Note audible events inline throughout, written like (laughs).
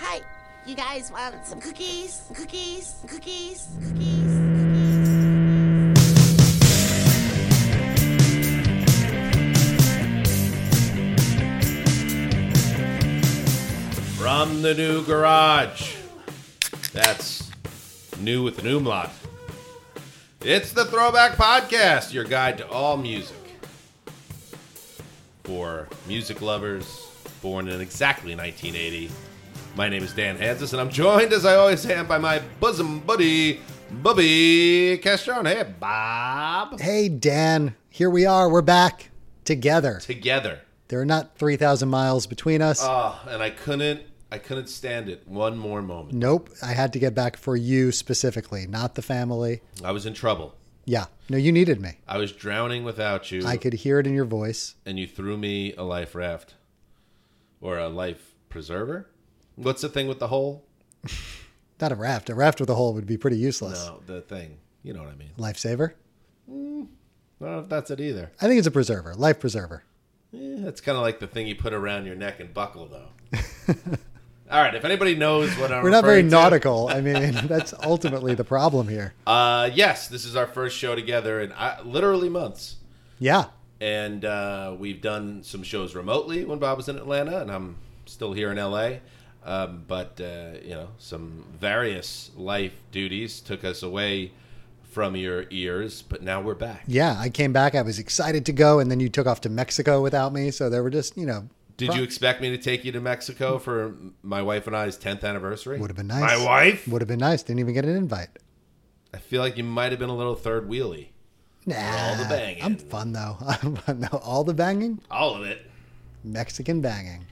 Hi, you guys want some cookies? Cookies? Cookies? Cookies? Cookies? From the new garage. That's new with an umlaut. It's the Throwback Podcast, your guide to all music. For music lovers born in exactly 1980, my name is Dan Hansis, and I'm joined, as I always am, by my bosom buddy, Bubby Castron. Hey, Bob. Hey, Dan, here we are. We're back together. Together. There are not 3,000 miles between us. Oh, and I couldn't, I couldn't stand it one more moment. nope. I had to get back for you specifically, not the family. I was in trouble. Yeah. No, you needed me. I was drowning without you. I could hear it in your voice. and you threw me a life raft or a life preserver. What's the thing with the hole? Not a raft. A raft with a hole would be pretty useless. No, the thing. You know what I mean. Lifesaver? I don't know if that's it either. I think it's a preserver, life preserver. Eh, it's kind of like the thing you put around your neck and buckle, (laughs) though. All right. If anybody knows what I'm We're not very referring to- nautical. I mean, (laughs) that's ultimately the problem here. Uh, yes, this is our first show together in uh, literally months, Yeah. and uh, we've done some shows remotely when Bob was in Atlanta, and I'm still here in L.A. Um, but uh, you know, some various life duties took us away from your ears, but now we're back. Yeah. I came back. I was excited to go. And then you took off to Mexico without me. So there were just, you know, Did you expect me to take you to Mexico for my wife and I's 10th anniversary? would have been nice. My wife? Would have been nice. Didn't even get an invite. I feel like you might have been a little third wheelie. Nah, all the banging. I'm fun though. (laughs) I'm fun though. All the banging, All of it. Mexican banging.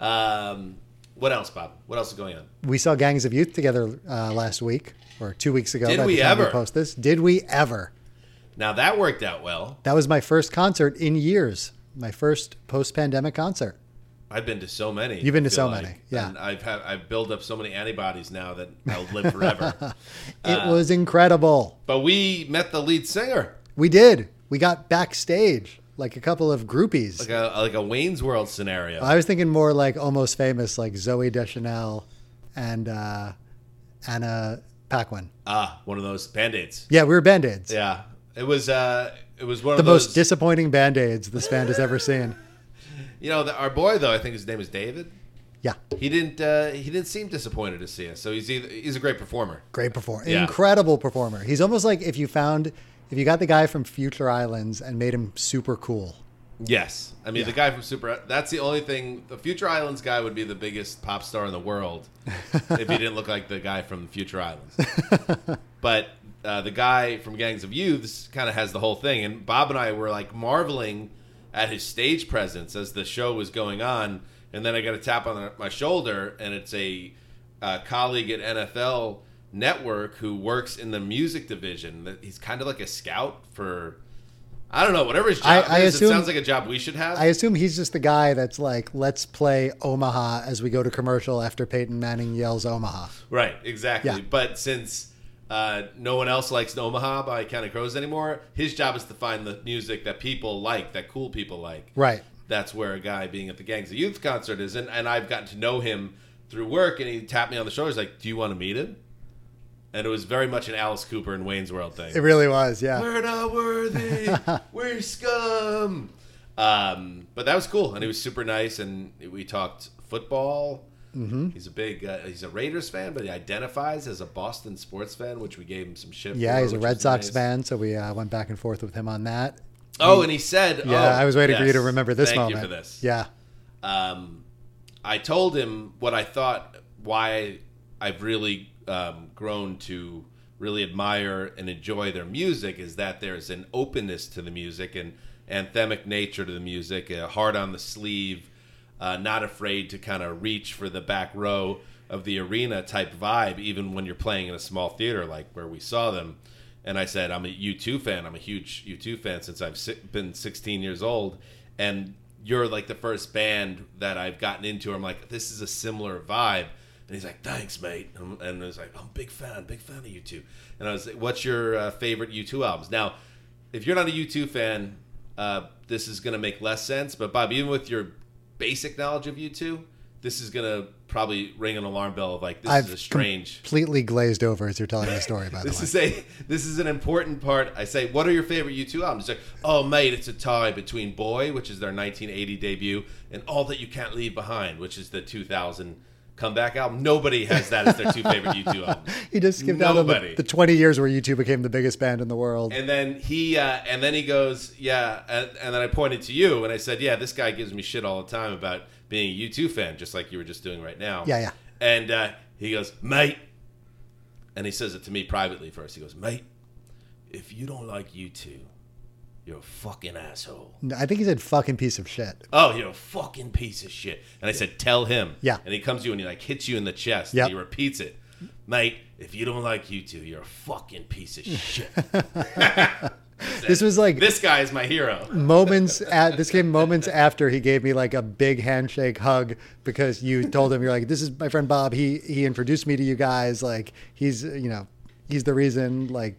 Um, what else, Bob? What else is going on? We saw Gangs of Youth together uh, last week or two weeks ago. Did by the we time ever? post this? Did we ever? Now that worked out well. That was my first concert in years. My first post-pandemic concert. I've been to so many. You've been I to so feel many, yeah. And I've had, I've built up so many antibodies now that I'll (laughs) live forever. It Ah. was incredible. but we met the lead singer, We did. We got backstage like a couple of groupies. like a like a Wayne's World scenario. I was thinking more like almost famous, like Zoe Deschanel and uh, Anna Paquin. Ah, one of those band aids. Yeah, we were band aids. Yeah, it was. Uh, it was one the of those. most disappointing band aids this band has ever seen. you know, the, our boy though. I think his name is David. Yeah, He didn't. Uh, he didn't seem disappointed to see us. So he's either, he's a great performer. great performer, Yeah. incredible performer. He's almost like if you found if you got the guy from Future Islands and made him super cool. Yes, I mean the guy from Super. That's the only thing. The Future Islands guy would be the biggest pop star in the world if he didn't look like the guy from Future (laughs) Islands. but uh, the guy from Gangs of Youths kind of has the whole thing, and Bob and I were like marveling at his stage presence as the show was going on. And then I got a tap on the, my shoulder, and it's a uh, colleague at NFL Network who works in the music division. That He's kind of like a scout for. I don't know. Whatever his job I- I is, assume- it sounds like a job we should have. I assume he's just the guy that's like, let's play Omaha as we go to commercial after Peyton Manning yells Omaha. Right, exactly. Yeah. But since uh, no one else likes Omaha by County Crows anymore, his job is to find the music that people like, that cool people like. Right. That's where a guy being at the Gangs of Youth concert is. And, and I've gotten to know him through work, and he tapped me on the shoulder. He's like, Do you want to meet him? And it was very much an Alice Cooper and Wayne's World thing. It really was. Yeah. We're not worthy. (laughs) We're scum. Um, but that was cool, and he was super nice, and we talked football. Mm-hmm. He's a big, uh, he's a Raiders fan, but he identifies as a Boston sports fan, which we gave him some shit. Yeah, for, he's a which Red was Sox nice. fan, so we uh, went back and forth with him on that. Oh, and he said, Yeah, oh, I was waiting for you to yes. remember this Thank moment. you for this. Yeah, um, I told him what I thought, why I've really um, grown to really admire and enjoy their music is that there's an openness to the music and anthemic nature to the music, a heart on the sleeve, uh, not afraid to kind of reach for the back row of the arena type vibe, even when you're playing in a small theater like where we saw them. And I said, I'm a U2 fan. I'm a huge U2 fan since I've si- been 16 years old. And you're like the first band that I've gotten into. I'm like, this is a similar vibe. And he's like, thanks, mate. And, and I was like, I'm a big fan, big fan of U2. And I was like, what's your uh, favorite U2 albums? Now, if you're not a U2 fan, uh, this is going to make less sense. But Bob, even with your basic knowledge of U2, this is gonna probably ring an alarm bell of like this I've is a strange. completely glazed over as you're telling the story. By the way, This is a this is an important part. I say, what are your favorite U2 albums? It's like, oh mate, it's a tie between Boy, which is their 1980 debut, and All That You Can't Leave Behind, which is the 2000 comeback album. Nobody has that as their two favorite (laughs) U2 albums. he just skipped out on the, Nobody. the 20 years where you two became the biggest band in the world. And then he uh, and then he goes, yeah. And, and then I pointed to you and I said, yeah, this guy gives me shit all the time about being a U2 fan, just like you were just doing right now. Yeah, yeah. And uh, he goes, mate, and he says it to me privately first. He goes, mate, if you don't like U2, you're a fucking asshole. No, I think he said "fucking piece of shit." Oh, you're a fucking piece of shit. And I said, tell him. Yeah. And he comes to you and he like hits you in the chest. Yep. And he repeats it. Mate, if you don't like you two, you're a fucking piece of shit. (laughs) This was like this (laughs) guy is my hero. moments at this came moments after he gave me like a big handshake hug because you told him you're like this is my friend Bob he he introduced me to you guys like he's you know he's the reason like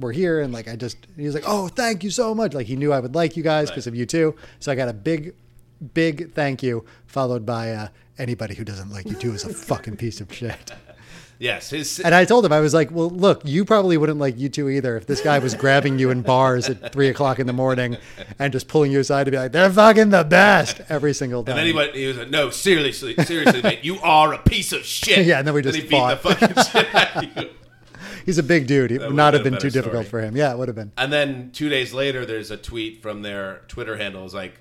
we're here and like I just he was like oh thank you so much like he knew I would like you guys because of you too so I got a big big thank you followed by uh, anybody who doesn't like you too is a fucking piece of shit Yes, his and I told him I was like well look you probably wouldn't like you two either if this guy was grabbing you in bars at three o'clock in the morning and just pulling you aside to be like they're fucking the best every single time and anybody he was like, "No, seriously, seriously, mate, you are a piece of shit." (laughs) Yeah, and then we just he beat the fought. (laughs) fucking shit out of you. he's a big dude it would would've not been have a been better too difficult for story. him yeah it would have been And then two days later, there's a tweet from their Twitter handle. It's like,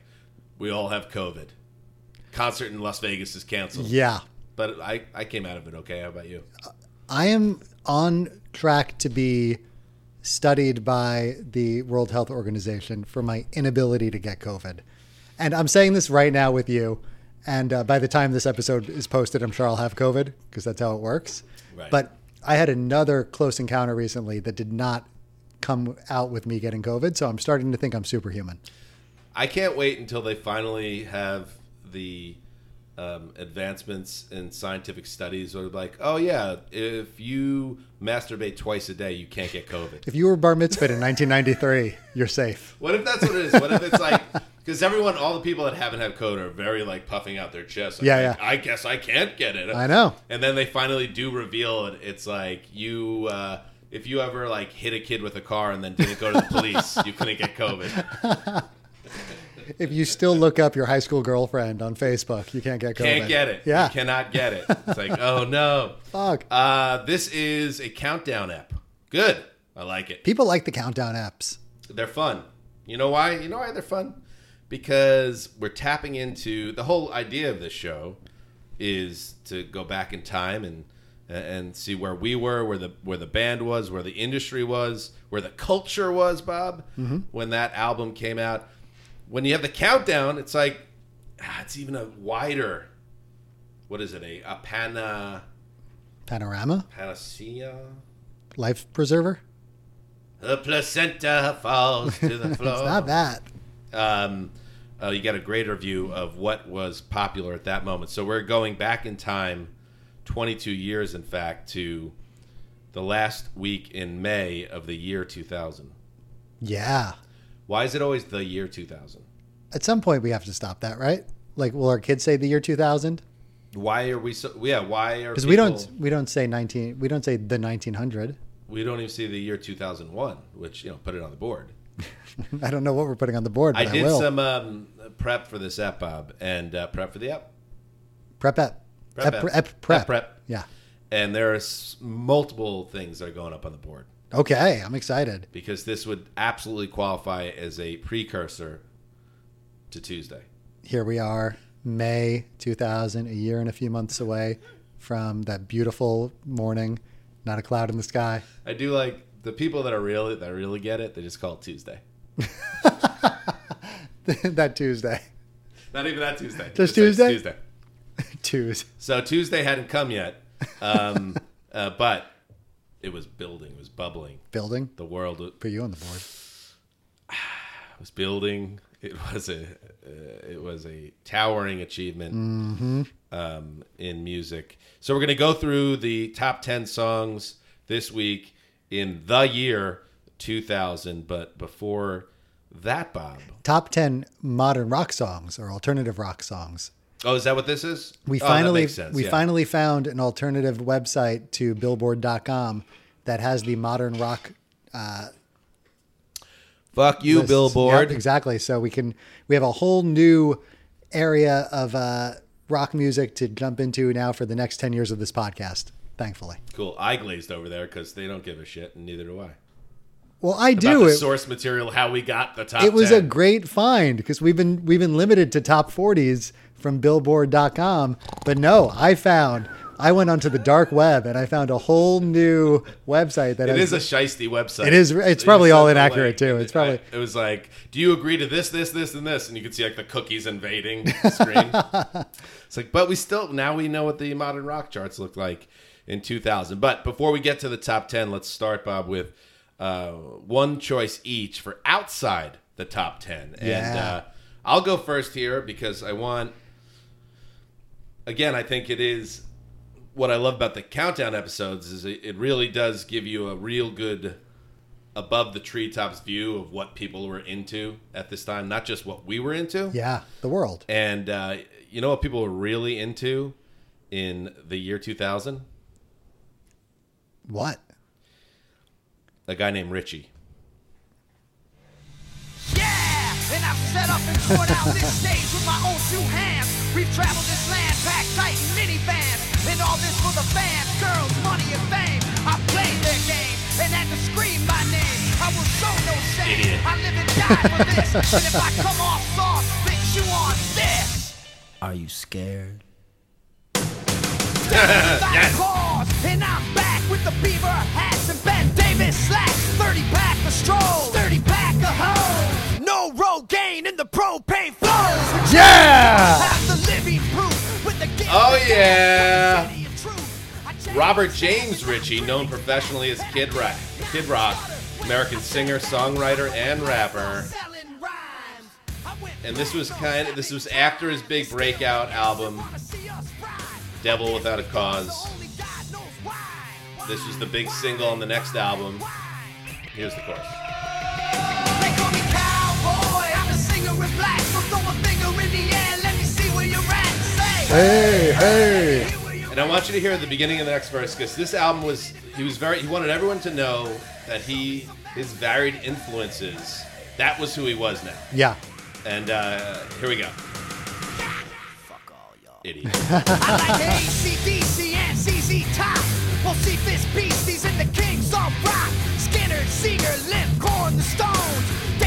"We all have COVID. Concert in Las Vegas is canceled." yeah But I, I came out of it okay. How about you? I am on track to be studied by the World Health Organization for my inability to get COVID. And I'm saying this right now with you. And uh, by the time this episode is posted, I'm sure I'll have COVID because that's how it works. Right. But I had another close encounter recently that did not come out with me getting COVID. So I'm starting to think I'm superhuman. I can't wait until they finally have the um, advancements in scientific studies. Where they're like, "Oh yeah, if you masturbate twice a day, you can't get COVID." If you were bar mitzvahed in 1993, (laughs) you're safe. What if that's what it is? What if it's (laughs) like because everyone, all the people that haven't had COVID are very like puffing out their chest. Like, Yeah, yeah. I guess I can't get it. I know. And then they finally do reveal it. It's like you. uh if you ever like hit a kid with a car and then didn't go to the police, you couldn't get (laughs) COVID. If you still look up your high school girlfriend on Facebook, you can't get COVID. Can't get it. Yeah. You cannot get (laughs) it. It's like, oh no. Fuck. Uh, this is a countdown app. Good. I like it. People like the countdown apps. They're fun. You know why? You know why they're fun? Because we're tapping into the whole idea of this show is to go back in time and and see where we were, where the where the band was, where the industry was, where the culture was, Bob, Mm-hmm. when that album came out. When you have the countdown, it's like ah, it's even a wider. What is it? A, a pana Panorama, panacea. life preserver. The placenta falls to the floor. (laughs) It's not that. um, uh, you get a greater view of what was popular at that moment. So we're going back in time, 22 years, in fact, to the last week in May of the year 2000. Yeah. Why is it always the year 2000? At some point, we have to stop that, right? Like, will our kids say the year 2000? Why are we so? Yeah, why are? Because we don't people- we don't say 19 we don't say the 1900. We don't even see the year 2001, which you know, put it on the board. (laughs) I don't know what we're putting on the board, I but I, did will some um, prep for this app, Bob, and uh, prep for the app. prep ep. Prep Ep- ep. ep- prep. Ep prep. Yeah. And there are s- multiple things that are going up on the board. Okay, I'm excited. because this would absolutely qualify as a precursor to Tuesday. Here we are, May 2000, a year and a few months away from that beautiful morning, not a cloud in the sky. (laughs) I do like the people that are really that really get it. They just call it Tuesday. that Tuesday. (laughs) Not even that Tuesday. Just say it's Tuesday? Tuesday. Tuesday. So Tuesday hadn't come yet, um, (laughs) uh, but it was building. It was bubbling. Building. The world w- Put you on the board. was building. It (laughs) was a uh, it was a towering achievement Mm-hmm. um, in music. So we're gonna go through the top ten songs this week in the year 2000. But before that, Bob, top 10 modern rock songs or alternative rock songs Oh, is that what this is? We Oh, that finally makes sense, we yeah. finally found an alternative website to Billboard.com that has the modern rock fuck you, lists. Billboard. Yep, exactly. So we can we have a whole new area of uh, rock music to jump into now for the next ten years of this podcast. Thankfully, Cool. I glazed over there because they don't give a shit, and neither do I. well, I About do. the It, source material, how we got the top. it was a 10. great find because we've been we've been limited to top forties from Billboard.com, but no, I found. I went onto the dark web and I found a whole new website that It has is a shisty website. It is- it's They just probably sent all the inaccurate, link, too. and It's probably- I- it was like, do you agree to this, this, this, and this? And you could see like the cookies invading the screen. (laughs) it's like, but we still now we know what the modern rock charts look like in 2000. But before we get to the top 10, let's start, Bob, with uh, one choice each for outside the top 10. And Yeah. uh, I'll go first here because I want. Again, I think it is what I love about the countdown episodes is it, it really does give you a real good above the treetops view of what people were into at this time, not just what we were into. yeah the world. And uh, you know what people were really into in the year 2000? What? A guy named Richie. Yeah! And I've set up and poured out this stage with my own two hands. We've traveled this land, packed tight in minivans. And all this for the fans, girls, money, and fame. I played their game and had to scream my name. I will show no shame. Idiot. I live and die for this. and if I come off soft, bitch, you on this. Are you scared? Yes. And I'm back with the beaver hats and Ben Davis slacks. 30 pack of strolls, 30 pack of hoes. No Rogaine in the propane flows. Yeah! Have the living proof with the gift Oh, of yeah. city and truth. I changed Robert the James sound and Ritchie, I known breathe. professionally as Kid And I Rock, Kid Rock, American singer, songwriter, and rapper. Selling rhymes. I went And this was kind of this was after his big breakout album, Devil Without a Cause. This was the big single on the next album. Here's the chorus. They call me cowboy. I'm a singer in black. So throw a finger in the air. Let me see where you're at. Hey, Say, hey. here where you're And I want you to hear at the beginning of the next verse because this album was he was very he wanted everyone to know that he his varied influences that was who he was now. Yeah. And uh, here we go, Fuck all y'all. idiot. I like ACDC and ZZ Top. Well, see this beasties and the kings of rock. Skinner, Seeger, Limp, Corn, the Stones.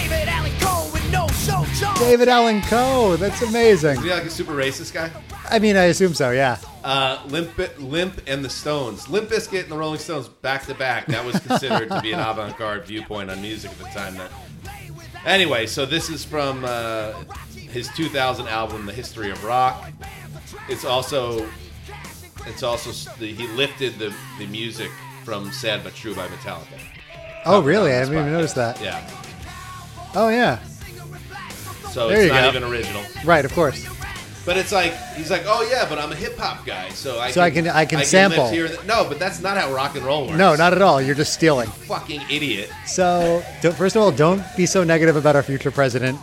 David Allen Coe with no show Jones. David Allen Coe. That's Is amazing. he like a super racist guy? I mean, I assume so. Yeah. Uh, Limp Bi- Limp and the Stones, Limp Bizkit and the Rolling Stones back to back. That was considered to be an avant-garde viewpoint on music at the time. That anyway, so this is from uh, his 2000 album, The History of Rock. It's also It's also the, he lifted the, the music from "Sad but True" by Metallica. Oh, really? I On haven't this even podcast. noticed that. Yeah, Oh, yeah. so There it's you not go. even original, Right. Of course. but it's like he's like, oh yeah, but I'm a hip hop guy, so I So I can- I can sample. lift here and th- no, but that's not how rock and roll works. No, not at all. You're just stealing. fucking idiot. So, don't, first of all, don't be so negative about our future president,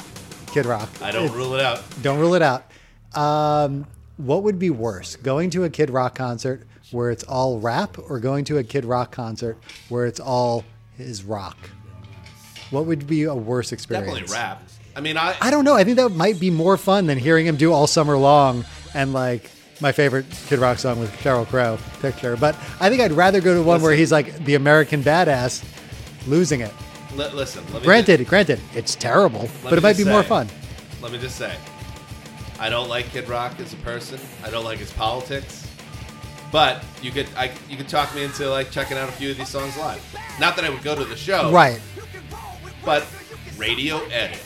Kid Rock. I don't rule it out. Don't rule it out. Um, what would be worse, going to a Kid Rock concert where it's all rap, or going to a Kid Rock concert where it's all his rock? What would be a worse experience? Definitely rap. I mean, I, I don't know. I think that might be more fun than hearing him do all summer long and like my favorite Kid Rock song with Cheryl Crow picture. But I think I'd rather go to one where Listen. he's like the American badass losing it. li- listen. Let me Granted, just- granted, it's terrible, let but me it might just be more say- fun. Let me just say, I don't like Kid Rock as a person. I don't like his politics. But you could I, you could talk me into like checking out a few of these songs live. Not that I would go to the show, Right. But radio edit.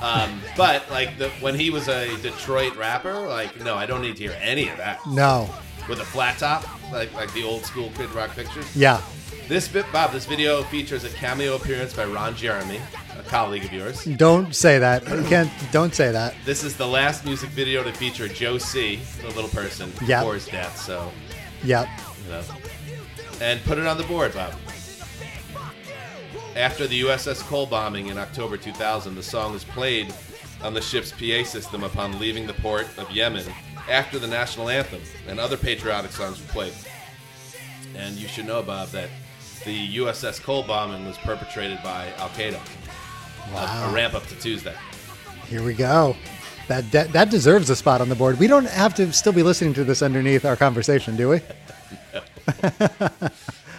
Um, but like the, when he was a Detroit rapper, like no, I don't need to hear any of that. No. With a flat top, like like the old school Kid Rock pictures. Yeah. This bit, Bob. This video features a cameo appearance by Ron Jeremy, a colleague of yours. Don't say that. You can't don't say that. This is the last music video to feature Joe C, the little person, Yeah. before his death. So, Yep. you know, and put it on the board, Bob. After the USS Cole bombing in October 2000, the song is played on the ship's PA system upon leaving the port of Yemen after the national anthem, and other patriotic songs were played. And you should know, Bob, that the USS Cole bombing was perpetrated by Al Qaeda. A, a ramp up to Tuesday. Here we go. That, that that deserves a spot on the board. We don't have to still be listening to this underneath our conversation, do we?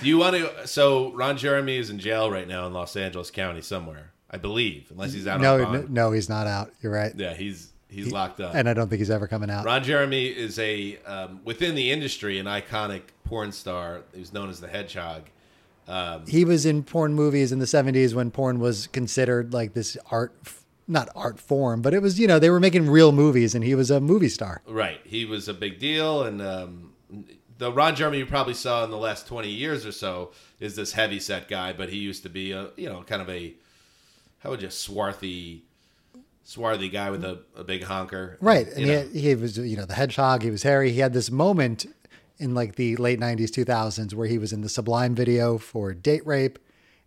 Do you want to? So Ron Jeremy is in jail right now in Los Angeles County somewhere, I believe, unless he's out No, on no, bond. no, he's not out. You're right. Yeah, he's he's locked up. And I don't think he's ever coming out. Ron Jeremy is a um, within the industry an iconic porn star who's known as the Hedgehog. He was in porn movies in the 70s when porn was considered like this art, f- not art form, but it was, you know, they were making real movies and he was a movie star. Right, he was a big deal, and um, the Ron Jeremy you probably saw in the last twenty years or so is this heavy set guy, but he used to be a you know kind of a how would you swarthy swarthy guy with a, a big honker, Right. You And he, know. had- he was, you know, the hedgehog, he was hairy. He had this moment in like the late 90s, 2000s where he was in the Sublime video for Date Rape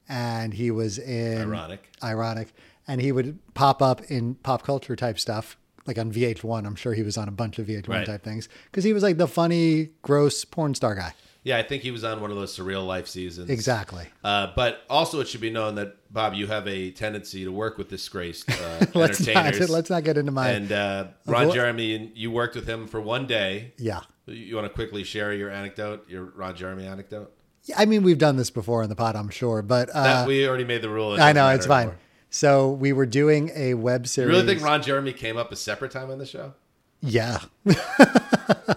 and he was in Ironic. Ironic. And he would pop up in pop culture type stuff, like on VH1. I'm sure he was on a bunch of VH1 Right. type things because he was like the funny, gross porn star guy. yeah, I think he was on one of those surreal life seasons. Exactly. Uh, but also, it should be known that Bob, you have a tendency to work with disgraced uh, (laughs) Let's not, entertainers. let's not get into my. and uh, Ron Avoid- Jeremy, and you worked with him for one day. yeah. You- You want to quickly share your anecdote, your Ron Jeremy anecdote? Yeah, I mean, we've done this before on the pod, I'm sure, but That, uh, we already made the rule. It I doesn't know matter it's fine. anymore. So we were doing a web You series. really think Ron Jeremy came up a separate time on the show? Yeah.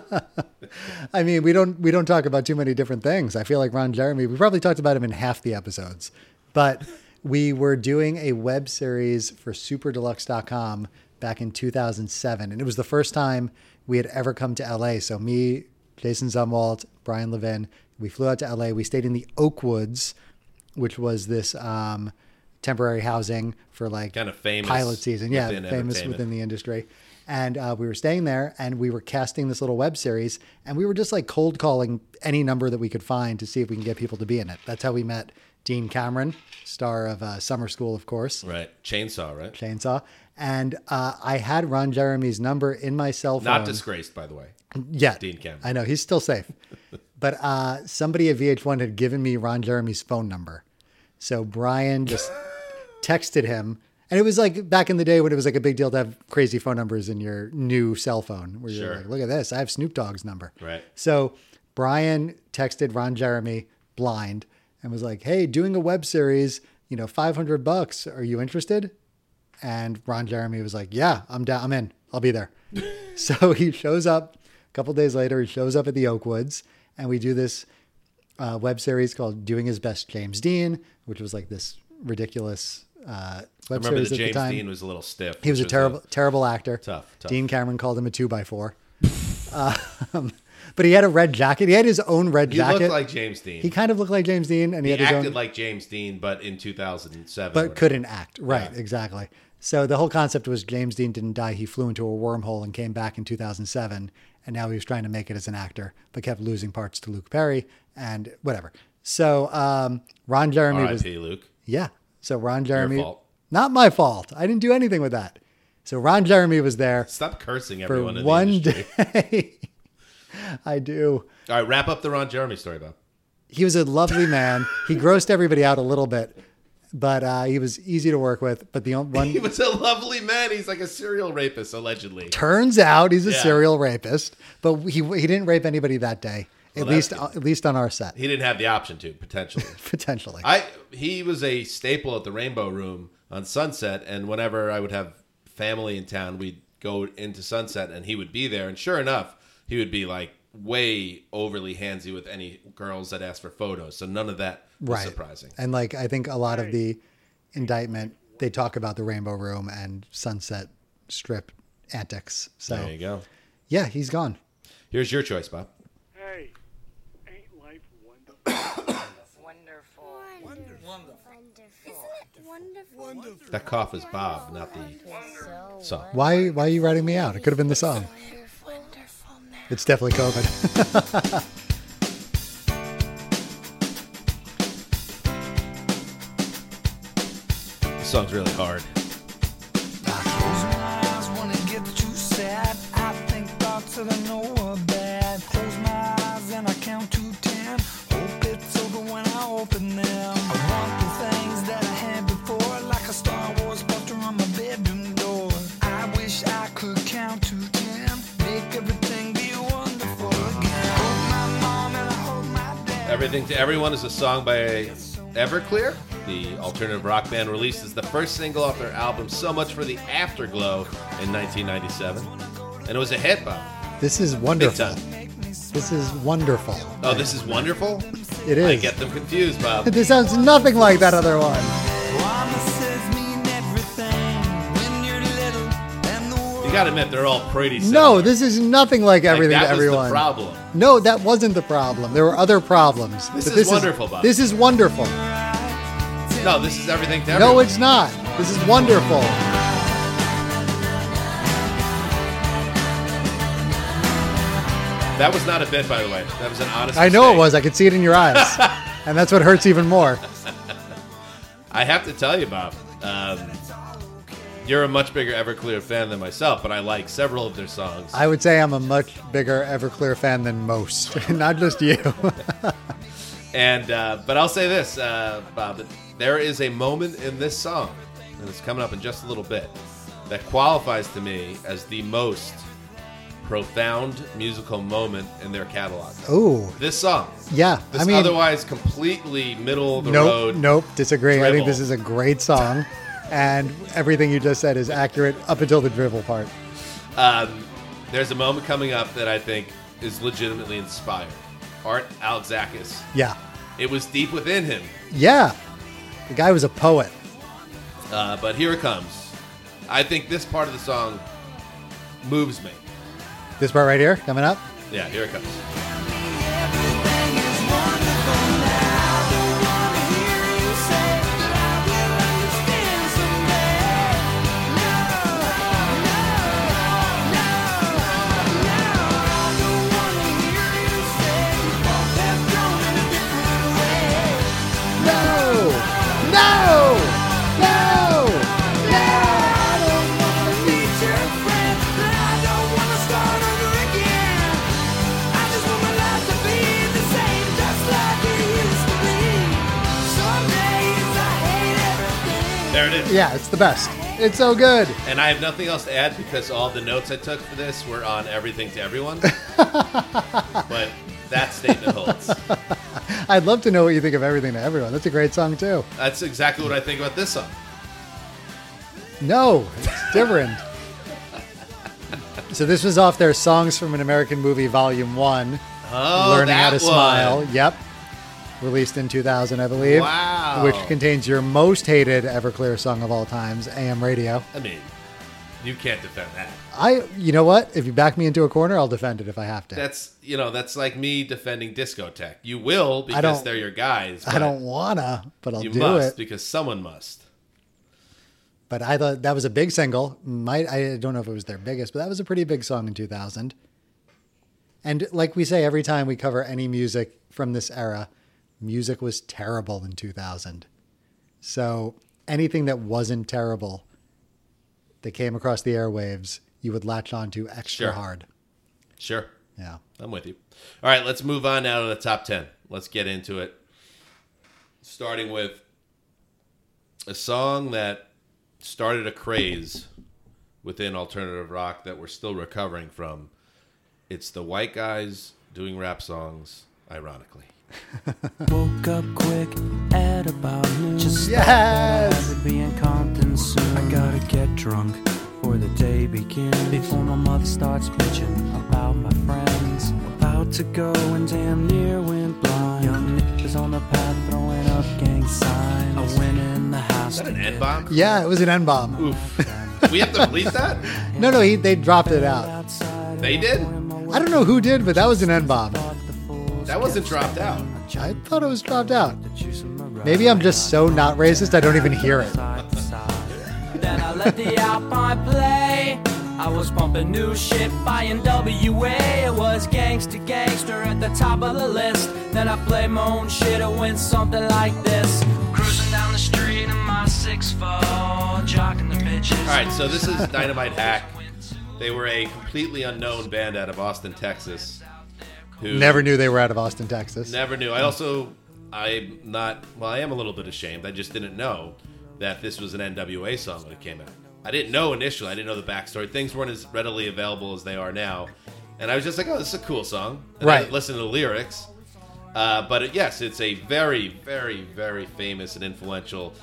(laughs) I mean, we don't we don't talk about too many different things. I feel like Ron Jeremy. We probably talked about him in half the episodes, but we were doing a web series for SuperDeluxe.com back in 2007, and it was the first time we had ever come to LA. So me, Jason Zumwalt, Brian Levin, we flew out to LA. We stayed in the Oakwoods, which was this um, temporary housing for like Kind of famous pilot season. Yeah, within famous entertainment. within the industry. And uh, we were staying there and we were casting this little web series and we were just like cold calling any number that we could find to see if we can get people to be in it. That's how we met Dean Cameron, star of uh, Summer School, of course, Right, chainsaw. Right, Chainsaw. And uh, I had Ron Jeremy's number in my cell phone. not disgraced, by the way. yet. Dean Cameron. I know he's still safe. (laughs) but uh, somebody at VH1 had given me Ron Jeremy's phone number. So (laughs) Brian just texted him. And it was like back in the day when it was like a big deal to have crazy phone numbers in your new cell phone where you're Sure. like, look at this, I have Snoop Dogg's number. Right. So Brian texted Ron Jeremy blind and was like, hey, doing a web series, you know, 500 bucks. Are you interested? And Ron Jeremy was like, yeah, I'm down. I'm in. I'll be there. so he shows up a couple days later. He shows up at the Oakwoods and we do this uh, web series called Doing His Best James Dean, which was like this ridiculous uh, I web remember series that at the James time. Dean was a little stiff. He was a which terrible, terrible actor. Tough, tough. Dean Cameron called him a two by four. (laughs) um, but he had a red jacket. He had his own red He jacket. looked like James Dean. he kind of looked like James Dean, and He he, had his acted own, like James Dean, but in 2007. but when- couldn't act. Right, exactly. So the whole concept was James Dean didn't die. He flew into a wormhole and came back in 2007, and now he was trying to make it as an actor, but kept losing parts to Luke Perry and whatever. So um, Ron Jeremy was R.I.P. Luke. Yeah. So Ron Jeremy. fault. Not my fault. I didn't do anything with that. So Ron Jeremy was there Stop cursing for everyone. in the one industry. day. I do. (laughs) All right, wrap up the Ron Jeremy story, Bob. He was a lovely man. He grossed everybody out a little bit, but uh, he was easy to work with. But the only (laughs) He one was a lovely man. He's like a serial rapist, allegedly. turns out he's a Yeah. serial rapist, but he he didn't rape anybody that day. At that's least uh, good. at least on our set, He didn't have the option to (laughs) potentially. potentially. I he was a staple at the Rainbow Room on Sunset, and whenever I would have family in town, we'd go into Sunset, and he would be there. And sure enough, he would be like way overly handsy with any girls that asked for photos. So none of that was right. surprising. And like I think a lot of the indictment they talk about the Rainbow Room and Sunset Strip antics. So There you go. yeah, he's gone. Here's your choice, Bob. Hey, ain't life wonderful? Wonderful. Wonderful. Wonderful. it wonderful? That cough is Bob, not the So song. Why why are you writing me out? It could have been the song. wonderful now. It's definitely COVID. (laughs) This song's really hard. Those eyes wanna get too sad. I think thoughts of the bad. Close my eyes and I count to ten. Hope it's over when I open them. I want the things that I had before, like a Star Wars poster on my bedroom door. I wish I could count to ten. Make everything be wonderful again. Hold my mom and I hold my dad. Everything to Everyone is a song by Everclear. The alternative rock band released as the first single off their album So Much for the Afterglow in 1997. And it was a hit, Bob. This is Big wonderful. time. This is wonderful. Oh, this is wonderful? It I is. get them confused, Bob. This sounds nothing like that other one. Promises mean everything when you're little and the world. You gotta admit, they're all pretty similar. No, this is nothing like Like, everything that to was everyone. the problem. No, that wasn't the problem. There were other problems. This But is wonderful, Bob. This is wonderful. No, this is everything to everyone. No, it's not. This is wonderful. That was not a bit, by the way. That was an honest. I know it mistake. was. I could see it in (laughs) your eyes. and that's what hurts even more. I have to tell you, Bob. Um, you're a much bigger Everclear fan than myself, but I like several of their songs. I would say I'm a much bigger Everclear fan than most, (laughs) not (laughs) just you. And uh, but I'll say this, uh, Bob, that there is a moment in this song, and it's coming up in just a little bit, that qualifies to me as the most profound musical moment in their catalog. oh, This song, yeah. this I mean, otherwise completely middle of the nope, road. nope, disagree. I think dribble. this is a great song. And everything you just said is accurate up until the dribble part. Um, there's a moment coming up that I think is legitimately inspired. Art Alexakis. Yeah. It was deep within him, Yeah. The guy was a poet. uh, but here it comes. I think this part of the song moves me. This part right here coming up. Yeah, here it comes. No! No! No! There it is. Yeah, it's the best. It's so good. And I have nothing else to add because all the notes I took for this were on everything to (laughs) everyone. but that statement holds. I'd love to know what you think of everything to everyone. That's a great song too. That's exactly what I think about this song. No, it's different. so this was off their Songs from an American Movie Volume 1, Oh, Learning that How to one. Smile. Yep. Released in 2000, I believe. Wow. Which contains your most hated Everclear song of all times, AM Radio. I mean, you can't defend that. I, you know what? If you back me into a corner, I'll defend it if I have to. That's you know that's like me defending discotheque. You will I because don't- they're your guys. I but don't wanna, but I'll You do must it. because someone must. But I thought that was a big single. Might I don't know if it was their biggest, but that was a pretty big song in 2000. And like we say every time we cover any music from this era, music was terrible in 2000. So anything that wasn't terrible that came across the airwaves, you would latch onto extra Sure. hard. Sure, Yeah. I'm with you. All right, let's move on now to the top ten. Let's get into it. Starting with a song that started a craze within alternative rock that we're still recovering from. It's the white guys doing rap songs, ironically. Woke up quick at about noon. Just Yes. to be in Compton soon. I gotta get drunk before the day begins. Before my mother starts bitching about my friends. About to go and damn near went blind. Young niggas on the path throwing up gang signs. I went in the house. Is that an to N bomb? Yeah, it was an N bomb. Oof. we have to bleep that? No, no, he, they dropped it out. outside. They did? I don't know who did, but that was an N bomb. That wasn't dropped out. I thought it was dropped out. Maybe I'm just so not racist I don't even hear it. then I let the Alpine play. I was pumping new shit, buying WA. It was gangster, gangster at the top of the list. Then I played my own shit, it went something like this. Cruising down the street in my 6 4 jocking the bitches. All right, so this is Dynamite Hack. They were a completely unknown band out of Austin, Texas. Who Never knew they were out of Austin, Texas. Never knew. I also, I'm not, well, I am a little bit ashamed. I just didn't know that this was an NWA song when it came out. I didn't know initially. I didn't know the backstory. Things weren't as readily available as they are now. And I was just like, oh, this is a cool song. And I Right. listened to the lyrics. Uh, but it, yes, it's a very, very, very famous and influential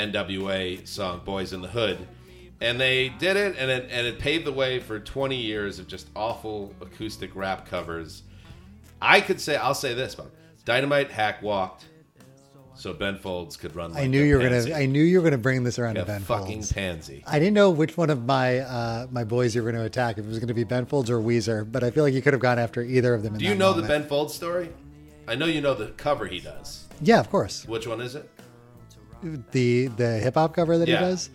NWA song, Boys in the Hood. And they did it, and it, and it paved the way for 20 years of just awful acoustic rap covers. I could say, I'll say this, Bob. Dynamite Hack walked so Ben Folds could run. I like knew a you were pansy. gonna. I knew you were gonna bring this around Like to Ben a fucking Folds. pansy. I didn't know which one of my uh, my boys you were going to attack. If it was going to be Ben Folds or Weezer, but I feel like you could have gone after either of them. In Do you know the Ben Folds story? I know you know the cover he does. Ben? Yeah, of course. Which one is it? The the hip hop cover that Yeah. he does.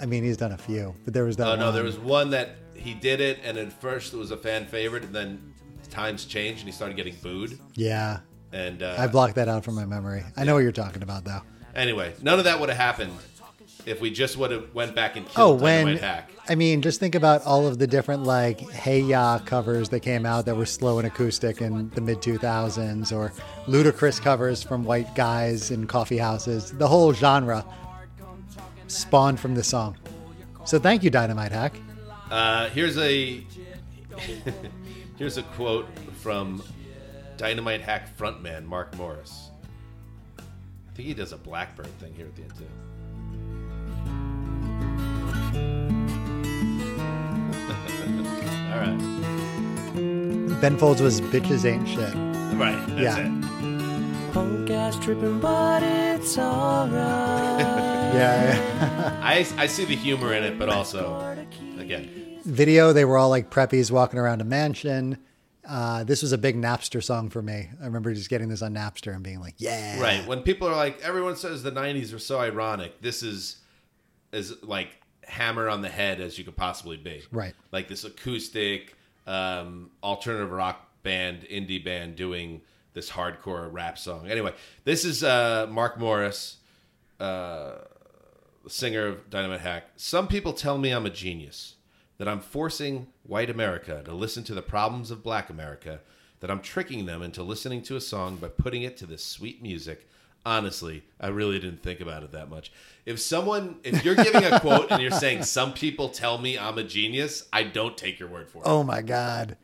I mean, he's done a few, but there was that. Oh no, one. there was one that he did it, and at first it was a fan favorite, and then times changed, and he started getting booed. Yeah, And uh, I blocked that out from my memory. I know what you're talking about, though. anyway, none of that would have happened if we just would have went back and Oh, killed Dynamite when Hack. I mean, just think about all of the different like Hey Ya covers that came out that were slow and acoustic in the mid 2000s, or ludicrous covers from white guys in coffee houses. The whole genre spawned from this song. So thank you, Dynamite Hack. Uh, here's a (laughs) here's a quote from Dynamite Hack frontman Mark Morris. I think he does a Blackbird thing here at the end too. (laughs) All right, Ben Folds was bitches ain't shit. right, that's Yeah. it. Punk gas tripping, but it's alright. Yeah. yeah. I I see the humor in it, but also again, Video, they were all like preppies walking around a mansion. Uh, this was a big Napster song for me. I remember just getting this on Napster and being like, yeah. right when people are like, everyone says the '90s were so ironic. This is is like hammer on the head as you could possibly be. Right. like this acoustic um, alternative rock band, indie band doing this hardcore rap song. Anyway, this is uh, Mark Morris, uh, the singer of Dynamite Hack. Some people tell me I'm a genius, that I'm forcing white America to listen to the problems of black America, that I'm tricking them into listening to a song by putting it to this sweet music. Honestly, I really didn't think about it that much. If someone, if you're giving a quote and you're saying, some people tell me I'm a genius, I don't take your word for it. Oh my God.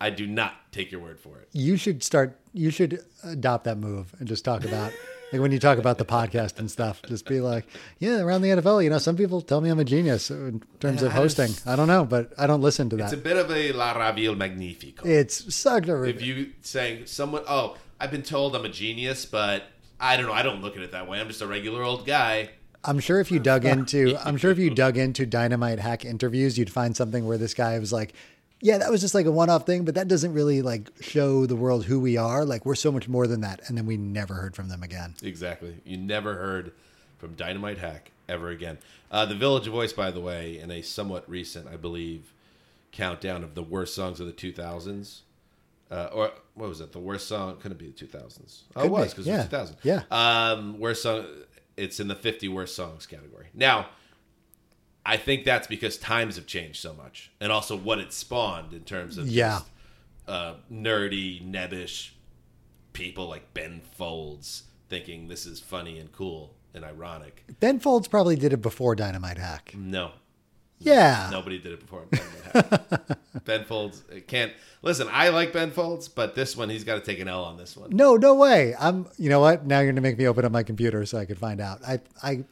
I do not take your word for it. you should start you should adopt that move and just talk about like when you talk about the podcast and stuff just be like yeah around the nfl you know some people tell me i'm a genius in terms of Yeah, I just- hosting i don't know but i don't listen to that It's a bit of a La Raville Magnifico. it's such a if you saying someone, oh, I've been told I'm a genius, but I don't know. I don't look at it that way. I'm just a regular old guy. i'm sure if (laughs) you dug into i'm sure if you dug into dynamite hack interviews you'd find something where this guy was like yeah that was just like a one-off thing but that doesn't really like show the world who we are like we're so much more than that and then we never heard from them again Exactly. You never heard from Dynamite Hack ever again. Uh, the Village Voice, by the way, in a somewhat recent, I believe, countdown of the worst songs of the 2000s. Uh, or what was it? The worst song couldn't be the 2000s. Oh, it Could was be, because it yeah, was 2000. yeah. Um, worst song. It's in the 50 worst songs category. Now, I think that's because times have changed so much, and also what it spawned in terms of Yeah. just, uh, nerdy, nebbish people like Ben Folds thinking this is funny and cool and ironic. ben folds probably did it before dynamite hack No, yeah nobody did it before. Ben (laughs) Folds it can't listen. I like Ben Folds, but this one he's got to take an L on this one. No, no way. I'm. You know what? Now you're gonna make me open up my computer so I could find out. I I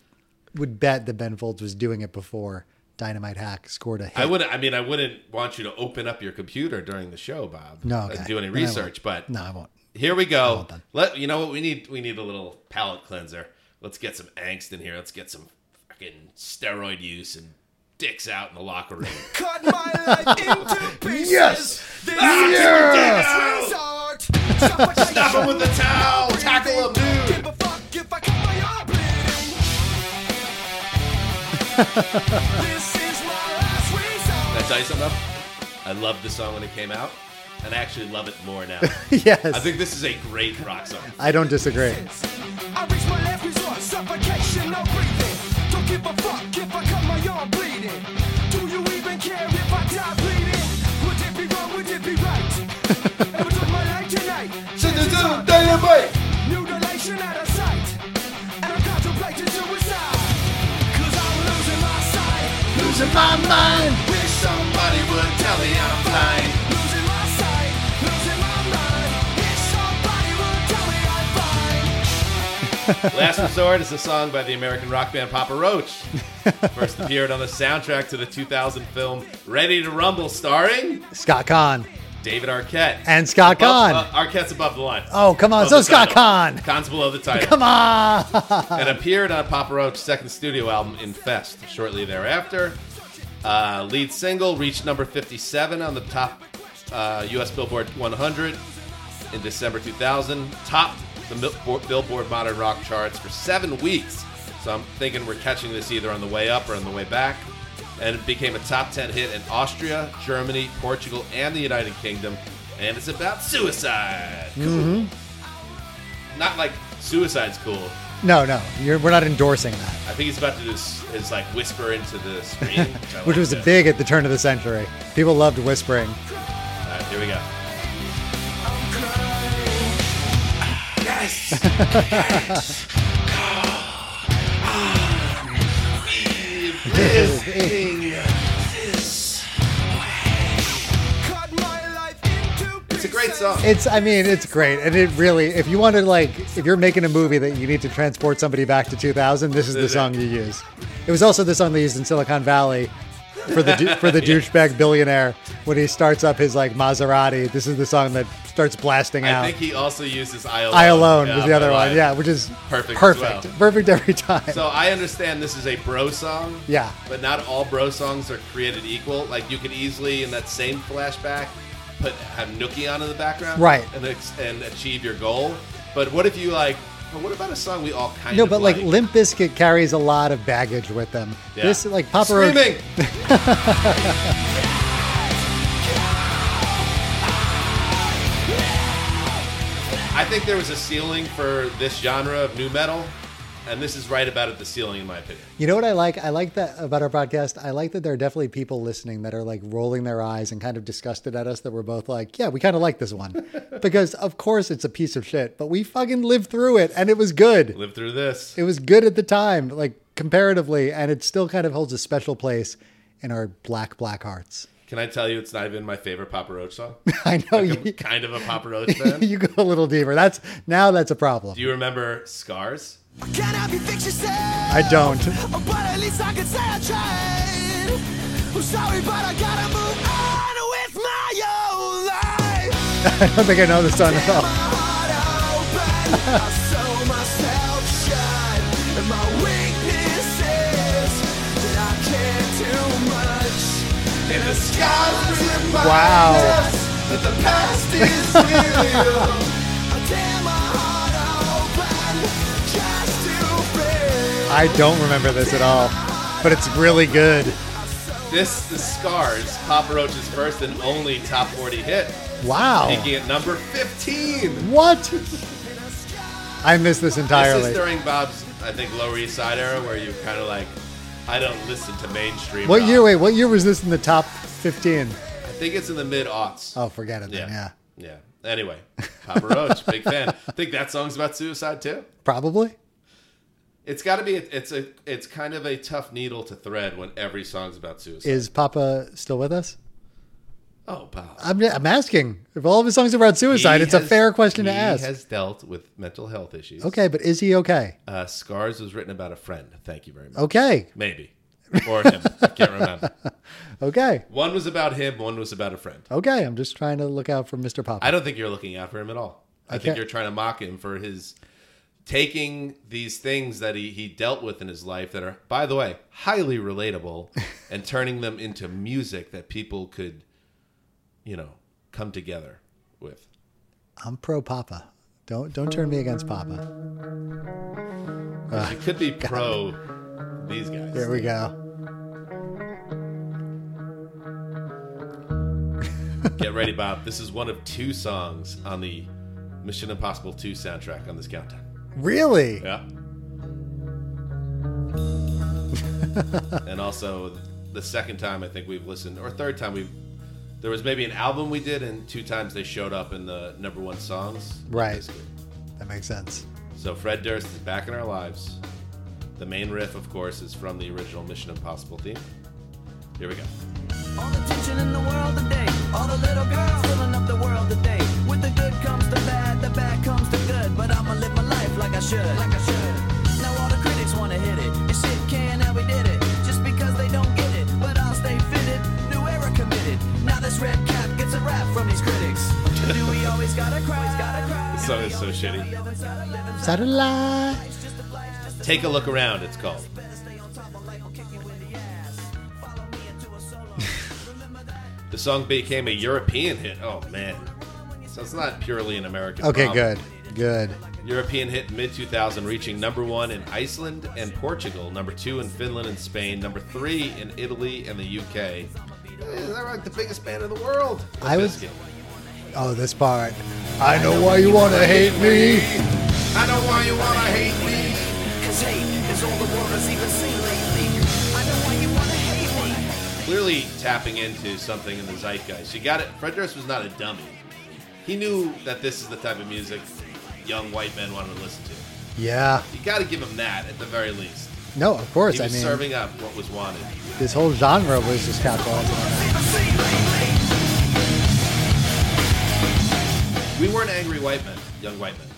would bet that Ben Folds was doing it before Dynamite Hack scored a hit. I wouldn't. I mean, I wouldn't want you to open up your computer during the show, Bob. No, and okay. do any Then I won't. research. But no, I won't. Here we go. done. Let you know what we need. We need a little palate cleanser. Let's get some angst in here. Let's get some fucking steroid use and dicks out in the locker room. Cut my life into pieces. Yes! This Yeah! is art. Stop what (laughs) Stop him with the towel. Tackle him, dude. Give a fuck if I cut my arm bleeding. this is my last resort. That's ice up. I loved this song when it came out, and I actually love it more (laughs) now. Yes. I think this is a great rock song. I don't disagree. I reach my last resort, suffocation, no breathing. Don't give a fuck if I cut my arm bleeding. Do Do you even care if I die bleeding? Would it be wrong? Would it be right? (laughs) Ever took my life tonight? Chances are Mutilation out of sight. And I'm contemplating suicide. Cause I'm losing my sight. Losing my mind. Wish somebody would tell me I'm blind. Losing my sight. Losing my mind. If somebody would tell me I'm (laughs) (laughs) fine. Last Resort is a song by the American rock band Papa (laughs) Roach. First appeared on the soundtrack to the 2000 film Ready to Rumble, starring Scott Kahn. David Arquette. And Scott Above- Kahn. uh, Arquette's above the line. Oh, come on. Above So the Scott title. Kahn. Kahn's below the title. Come on. (laughs) (laughs) and appeared on Papa Roach's second studio album, Infest, shortly thereafter. Uh, lead single reached number 57 on the top uh, US Billboard 100 in December 2000, topped the Mil- Billboard Modern Rock charts for seven weeks. So I'm thinking we're catching this either on the way up or on the way back. And it became a top 10 hit in Austria, Germany, Portugal, and the United Kingdom. And it's about suicide. Cool. Not like suicide's cool. No, no. You're, we're not endorsing that, I think he's about to do his, his like whisper into the (laughs) screen, which, I which like was that. big at the turn of the century. People loved whispering. All right, here we go. Cut my life into It's a great song. It's, I mean, it's great. And it really, if you want to, like, if you're making a movie that you need to transport somebody back to 2000, this is the This is it. song you use. It was also the song they used in Silicon Valley for the du- (laughs) for the douchebag billionaire when he starts up his, like, Maserati. This is the song that starts blasting I out. think he also uses "I Alone." I Alone Yeah, was the other I one. lied. Yeah, which is Perfect as Perfect. well. Perfect every time. So I understand this is a bro song. Yeah. But not all bro songs are created equal. Like you could easily, in that same flashback, put have Nookie on in the background, Right. and ex- and achieve your goal. But what if you like? But what about a song we all kind no, of but like, Limp Bizkit carries a lot of baggage with them. Yeah. This like Papa Roach- Screaming. I think there was a ceiling for this genre of new metal, and this is right about at the ceiling, in my opinion. You know what I like? I like that about our podcast. I like that there are definitely people listening that are like rolling their eyes and kind of disgusted at us that we're both like, yeah, we kind of like this (laughs) one. because of course it's a piece of shit, but we fucking lived through it and it was good. Live through this. It was good at the time, like comparatively, and it still kind of holds a special place in our black, black hearts. (laughs) Can I tell you, it's not even my favorite Papa Roach song. I know I'm you, kind of a Papa Roach fan. (laughs) you go a little deeper. That's now that's a problem. Do you remember Scars? Can I be fixed yourself? I don't. But at least I can say I tried. I'm sorry, but I gotta move on with my own life. I don't think I know this song at all. My heart open, I saw myself shine. And my weakness is that I care too much. And the skies remind Wow. (laughs) us that the past is real. I tear my heart open just to feel. I don't remember this at all. But it's really good. This is Scars, Papa Roach's first and only top 40 hit, Wow. making it number 15. What? I missed this This is entirely. during Bob's, I think, Lower East Side era, where you kind of like, I don't listen to mainstream. What rock." year? Wait, what year was this in the top 15? I think it's in the mid aughts. Oh, forget it then. Yeah. yeah. Anyway, Papa Roach, big (laughs) fan. I think that song's about suicide too. Probably. It's got to be. It's a. It's kind of a tough needle to thread when every song's about suicide. Is Papa still with us? oh, Bob. I'm, I'm asking. If all of his songs are about suicide, He it's a has- fair question to he ask. has dealt with mental health issues. Okay, but is he okay? Uh, Scars was written about a friend. Thank you very much. Okay. Maybe. Or him. I can't remember. (laughs) Okay. One was about him. One was about a friend. Okay. I'm just trying to look out for Mr. Papa. I don't think you're looking out for him at all. I, think can't- you're trying to mock him for his taking these things that he, he dealt with in his life that are, by the way, highly relatable and turning them into music that people could, you know, come together with. I'm pro Papa. Don't don't turn me against Papa. it could be pro these guys. Here we go. Get ready, Bob. This is one of two songs on the Mission Impossible 2 soundtrack on this countdown. Really? Yeah. and also the second time I think we've listened, or third time we've. There was maybe an album we did, and two times they showed up in the number one songs. Right. That makes sense. So Fred Durst is back in our lives. The main riff, of course, is from the original Mission Impossible theme. Here we go. All the tension in the world today, all the little girls filling up the world today. With the good comes the bad, the bad comes the good. But I'ma live my life like I should, like I should. Now all the critics wanna hit it. This shit can and we did it. Just because they don't get it, but I'll stay fitted. New era committed. Now this red cap gets a rap from these critics. Do we always gotta cry? Gotta cry. This song is so shitty. Satellite. Take a look around. It's called. (laughs) The song became a European hit. Oh man, so it's not purely an American. Okay, problem. good. Good. European hit mid 2000, reaching number one in Iceland and Portugal, number two in Finland and Spain, number three in Italy and the UK. Eh, They're like the biggest band in the world. Limp I was- Bizkit. Oh, this part. I know why you want to hate me. I know why you wanna hate me. Cause hate is all the world has even seen lately. I know why you wanna hate me. Clearly tapping into something in the zeitgeist. You got it. Fred Durst was not a dummy. He knew that this is the type of music young white men wanted to listen to. Yeah. You got to give him that at the very least. No, of course. He I was mean, serving up what was wanted. this whole genre was just capitalizing on that. We weren't angry white men, young white men.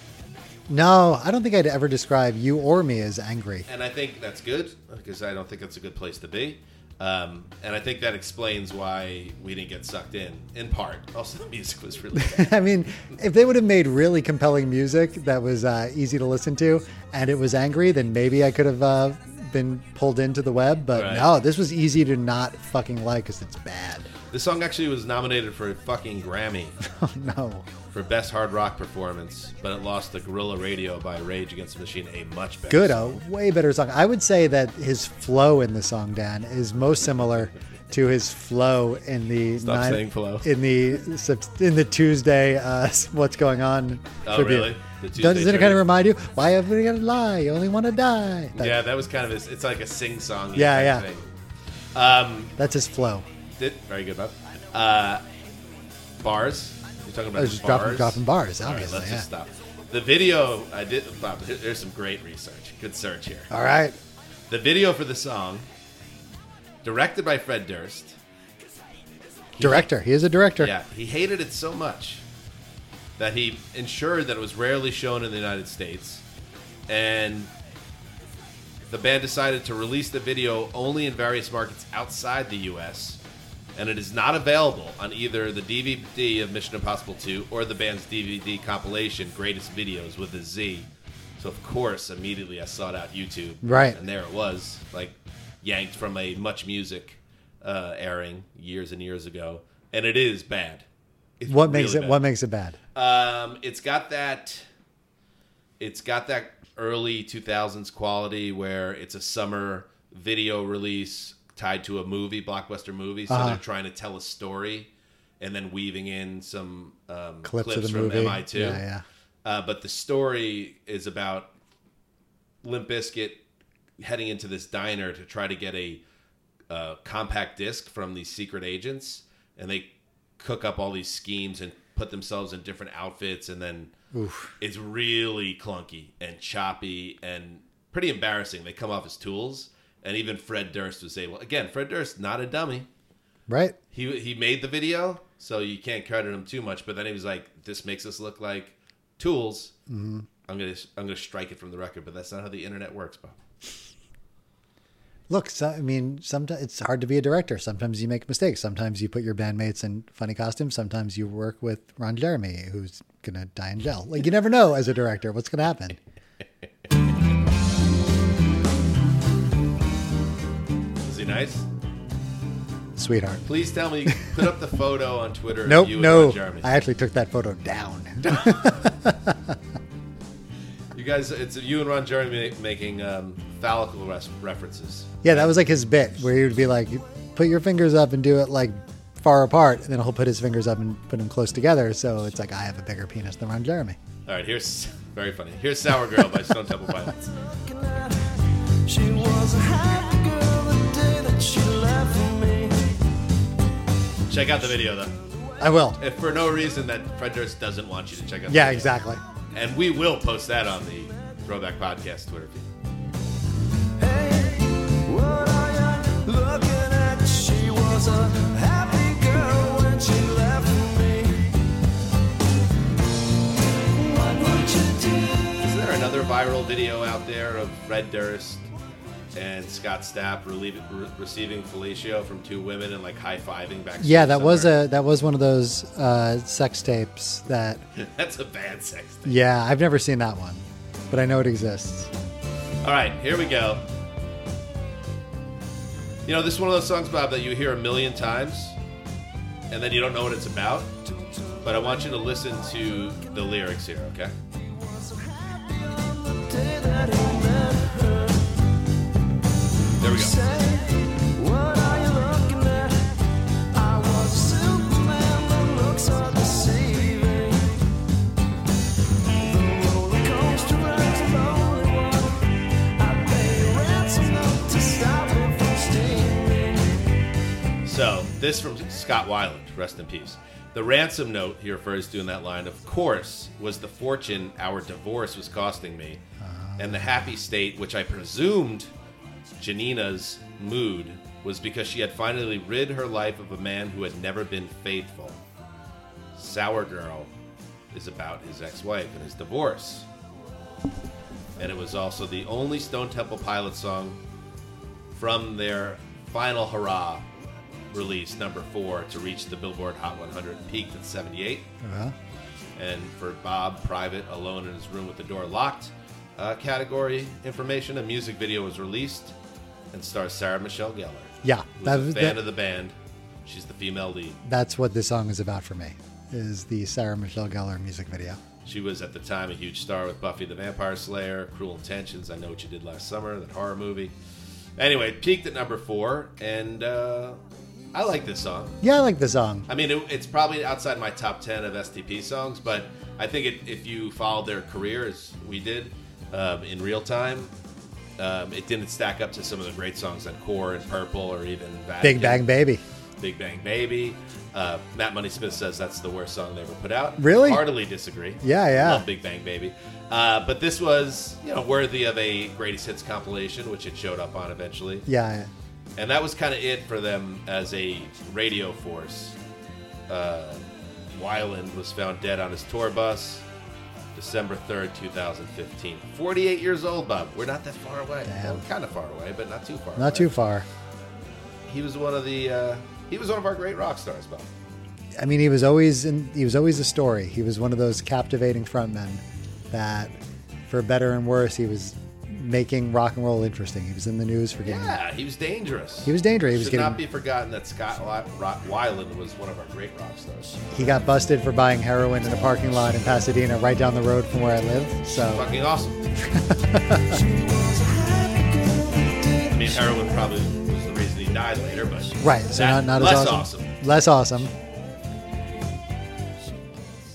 No, I don't think I'd ever describe you or me as angry. (laughs) and I think that's good because I don't think that's a good place to be. Um, and I think that explains why we didn't get sucked in, in part. Also, the music was (laughs) really bad. I mean, if they would have made really compelling music that was uh, easy to listen to and it was angry, then maybe I could have uh, been pulled into the web. But Right. no, this was easy to not fucking like because it's bad. (laughs) This song actually was nominated for a fucking Grammy Oh, no. for Best Hard Rock Performance, but it lost to Gorilla Radio by Rage Against the Machine, a much better Good, song. a way better song. I would say that his flow in the song, Dan, is most similar to his flow in the Stop saying flow. in the sub- in the Tuesday. Uh, what's going on? Oh, really? The Tuesday Doesn't it kind tribute? of remind you? Why have we got to lie? You only want to die. That- Yeah, that was kind of a, it's like a sing song. Yeah, yeah. Thing. that's his flow. Did very good, Bob. Uh, bars. You're talking about I was just bars. dropping dropping bars. All right, Obviously, let's yeah. just stop. The video I did. Bob, here- there's some great research. Good search here. All right. The video for the song, directed by Fred Durst. Director. He is a director. Yeah, he hated it so much that he ensured that it was rarely shown in the United States, and the band decided to release the video only in various markets outside the U.S. And it is not available on either the DVD of Mission Impossible 2 or the band's DVD compilation, Greatest Videos with a Z. So, of course, immediately I sought out YouTube. Right. And there it was, like yanked from a Much Music uh, airing years and years ago. And it is bad. It's What makes really it? bad. What makes it bad? Um, it's got that. It's got that early 2000s quality where it's a summer video release tied to a movie, blockbuster movie. So Uh-huh. they're trying to tell a story and then weaving in some um, Clips, clips, of the from movie. MI2. Yeah, yeah. Uh, but the story is about Limp Bizkit heading into this diner to try to get a uh, compact disc from these secret agents, and they cook up all these schemes and put themselves in different outfits, and then it's really clunky and choppy and pretty embarrassing. They come off as tools, and even Fred Durst was able. Again, Fred Durst not a dummy Right. he he made the video, so you can't credit him too much. But then he was like, "This makes us look like tools." Mm-hmm. I'm gonna I'm gonna strike it from the record, but that's not how the internet works, Bob. Look, so, I mean, sometimes it's hard to be a director. Sometimes you make mistakes. Sometimes you put your bandmates in funny costumes. Sometimes you work with Ron Jeremy, who's gonna die in jail. Like you never know as a director what's gonna happen. Is he nice? Sweetheart. Please tell me. Put up the photo on Twitter. of Nope, you and no. Ron Jeremy. I actually took that photo down. (laughs) you guys, it's you and Ron Jeremy ma- making um, phallical res- references. yeah, that was like his bit where he would be like, "Put your fingers up and do it like far apart," and then he'll put his fingers up and put them close together. So it's like I have a bigger penis than Ron Jeremy. All right, here's (laughs) very funny. Here's "Sour Girl" by Stone Temple (laughs) Pilots. She was a happy girl the day that she left for Check out the video though. I will. If for no reason that Fred Durst doesn't want you to check out. the Yeah, video. exactly. And we will post that on the Throwback Podcast Twitter feed. What are you looking at? She was a happy girl when she left me. What would you do? Is there another viral video out there of Fred Durst and Scott Stapp relieving, re- receiving fellatio from two women and like high fiving back? Yeah, that was a that was one of those uh, sex tapes that. (laughs) That's a bad sex. Thing. Yeah, I've never seen that one, but I know it exists. All right, here we go. You know, this is one of those songs, Bob, that you hear a million times, and then you don't know what it's about. But I want you to listen to the lyrics here, okay? Day that he met her. There we go. Say, what are you looking at? I was a Superman, the looks are deceiving. The roller coaster ride's a lonely one. I pay ransom note to stop it from steaming. So, this from Scott Weiland, rest in peace. The ransom note he refers to in that line, of course, was the fortune our divorce was costing me, and the happy state which I presumed Janina's mood was because she had finally rid her life of a man who had never been faithful. Sour Girl is about his ex wife and his divorce. And it was also the only Stone Temple Pilots song from their final hurrah release number four to reach the Billboard Hot 100 and peaked at 78. Uh-huh. And for Bob, private, alone in his room with the door locked, uh, category information, a music video was released and stars Sarah Michelle Gellar. Yeah, who's that- a fan that- of the band. She's the female lead. That's what this song is about for me. Is the Sarah Michelle Gellar music video? She was at the time a huge star with Buffy the Vampire Slayer, Cruel Intentions, I Know What You Did Last Summer, that horror movie. Anyway, peaked at number four, and uh, I like this song. Yeah, I like the song. I mean, it, it's probably outside my top 10 of STP songs, but I think it, if you followed their career as we did um, in real time, um, it didn't stack up to some of the great songs on Core and Purple or even Big Vatican. Bang Baby. Big Bang Baby. Uh, Matt Money Smith says that's the worst song they ever put out. Really? Heartily disagree. Yeah, yeah. Love Big Bang Baby. Uh, but this was, you know, worthy of a greatest hits compilation, which it showed up on eventually. Yeah, And that was kind of it for them as a radio force. Uh, Weiland was found dead on his tour bus December 3rd, 2015. 48 years old, Bob. We're not that far away. Damn. kind of far away, but not too far away. not too far. He was one of the, uh, he was one of our great rock stars, Bob. I mean, he was always in, he was always a story. He was one of those captivating frontmen that, for better and worse, he was making rock and roll interesting. He was in the news for getting. Yeah, he was dangerous. He was dangerous. He was Should getting. not be forgotten that Scott Li- Ro- Weiland was one of our great rock stars. He got busted for buying heroin in a parking lot in Pasadena, right down the road from where I live. So Fucking (laughs) awesome. I mean, heroin probably was the reason he died later, but right, so that- not not less as awesome. Less awesome.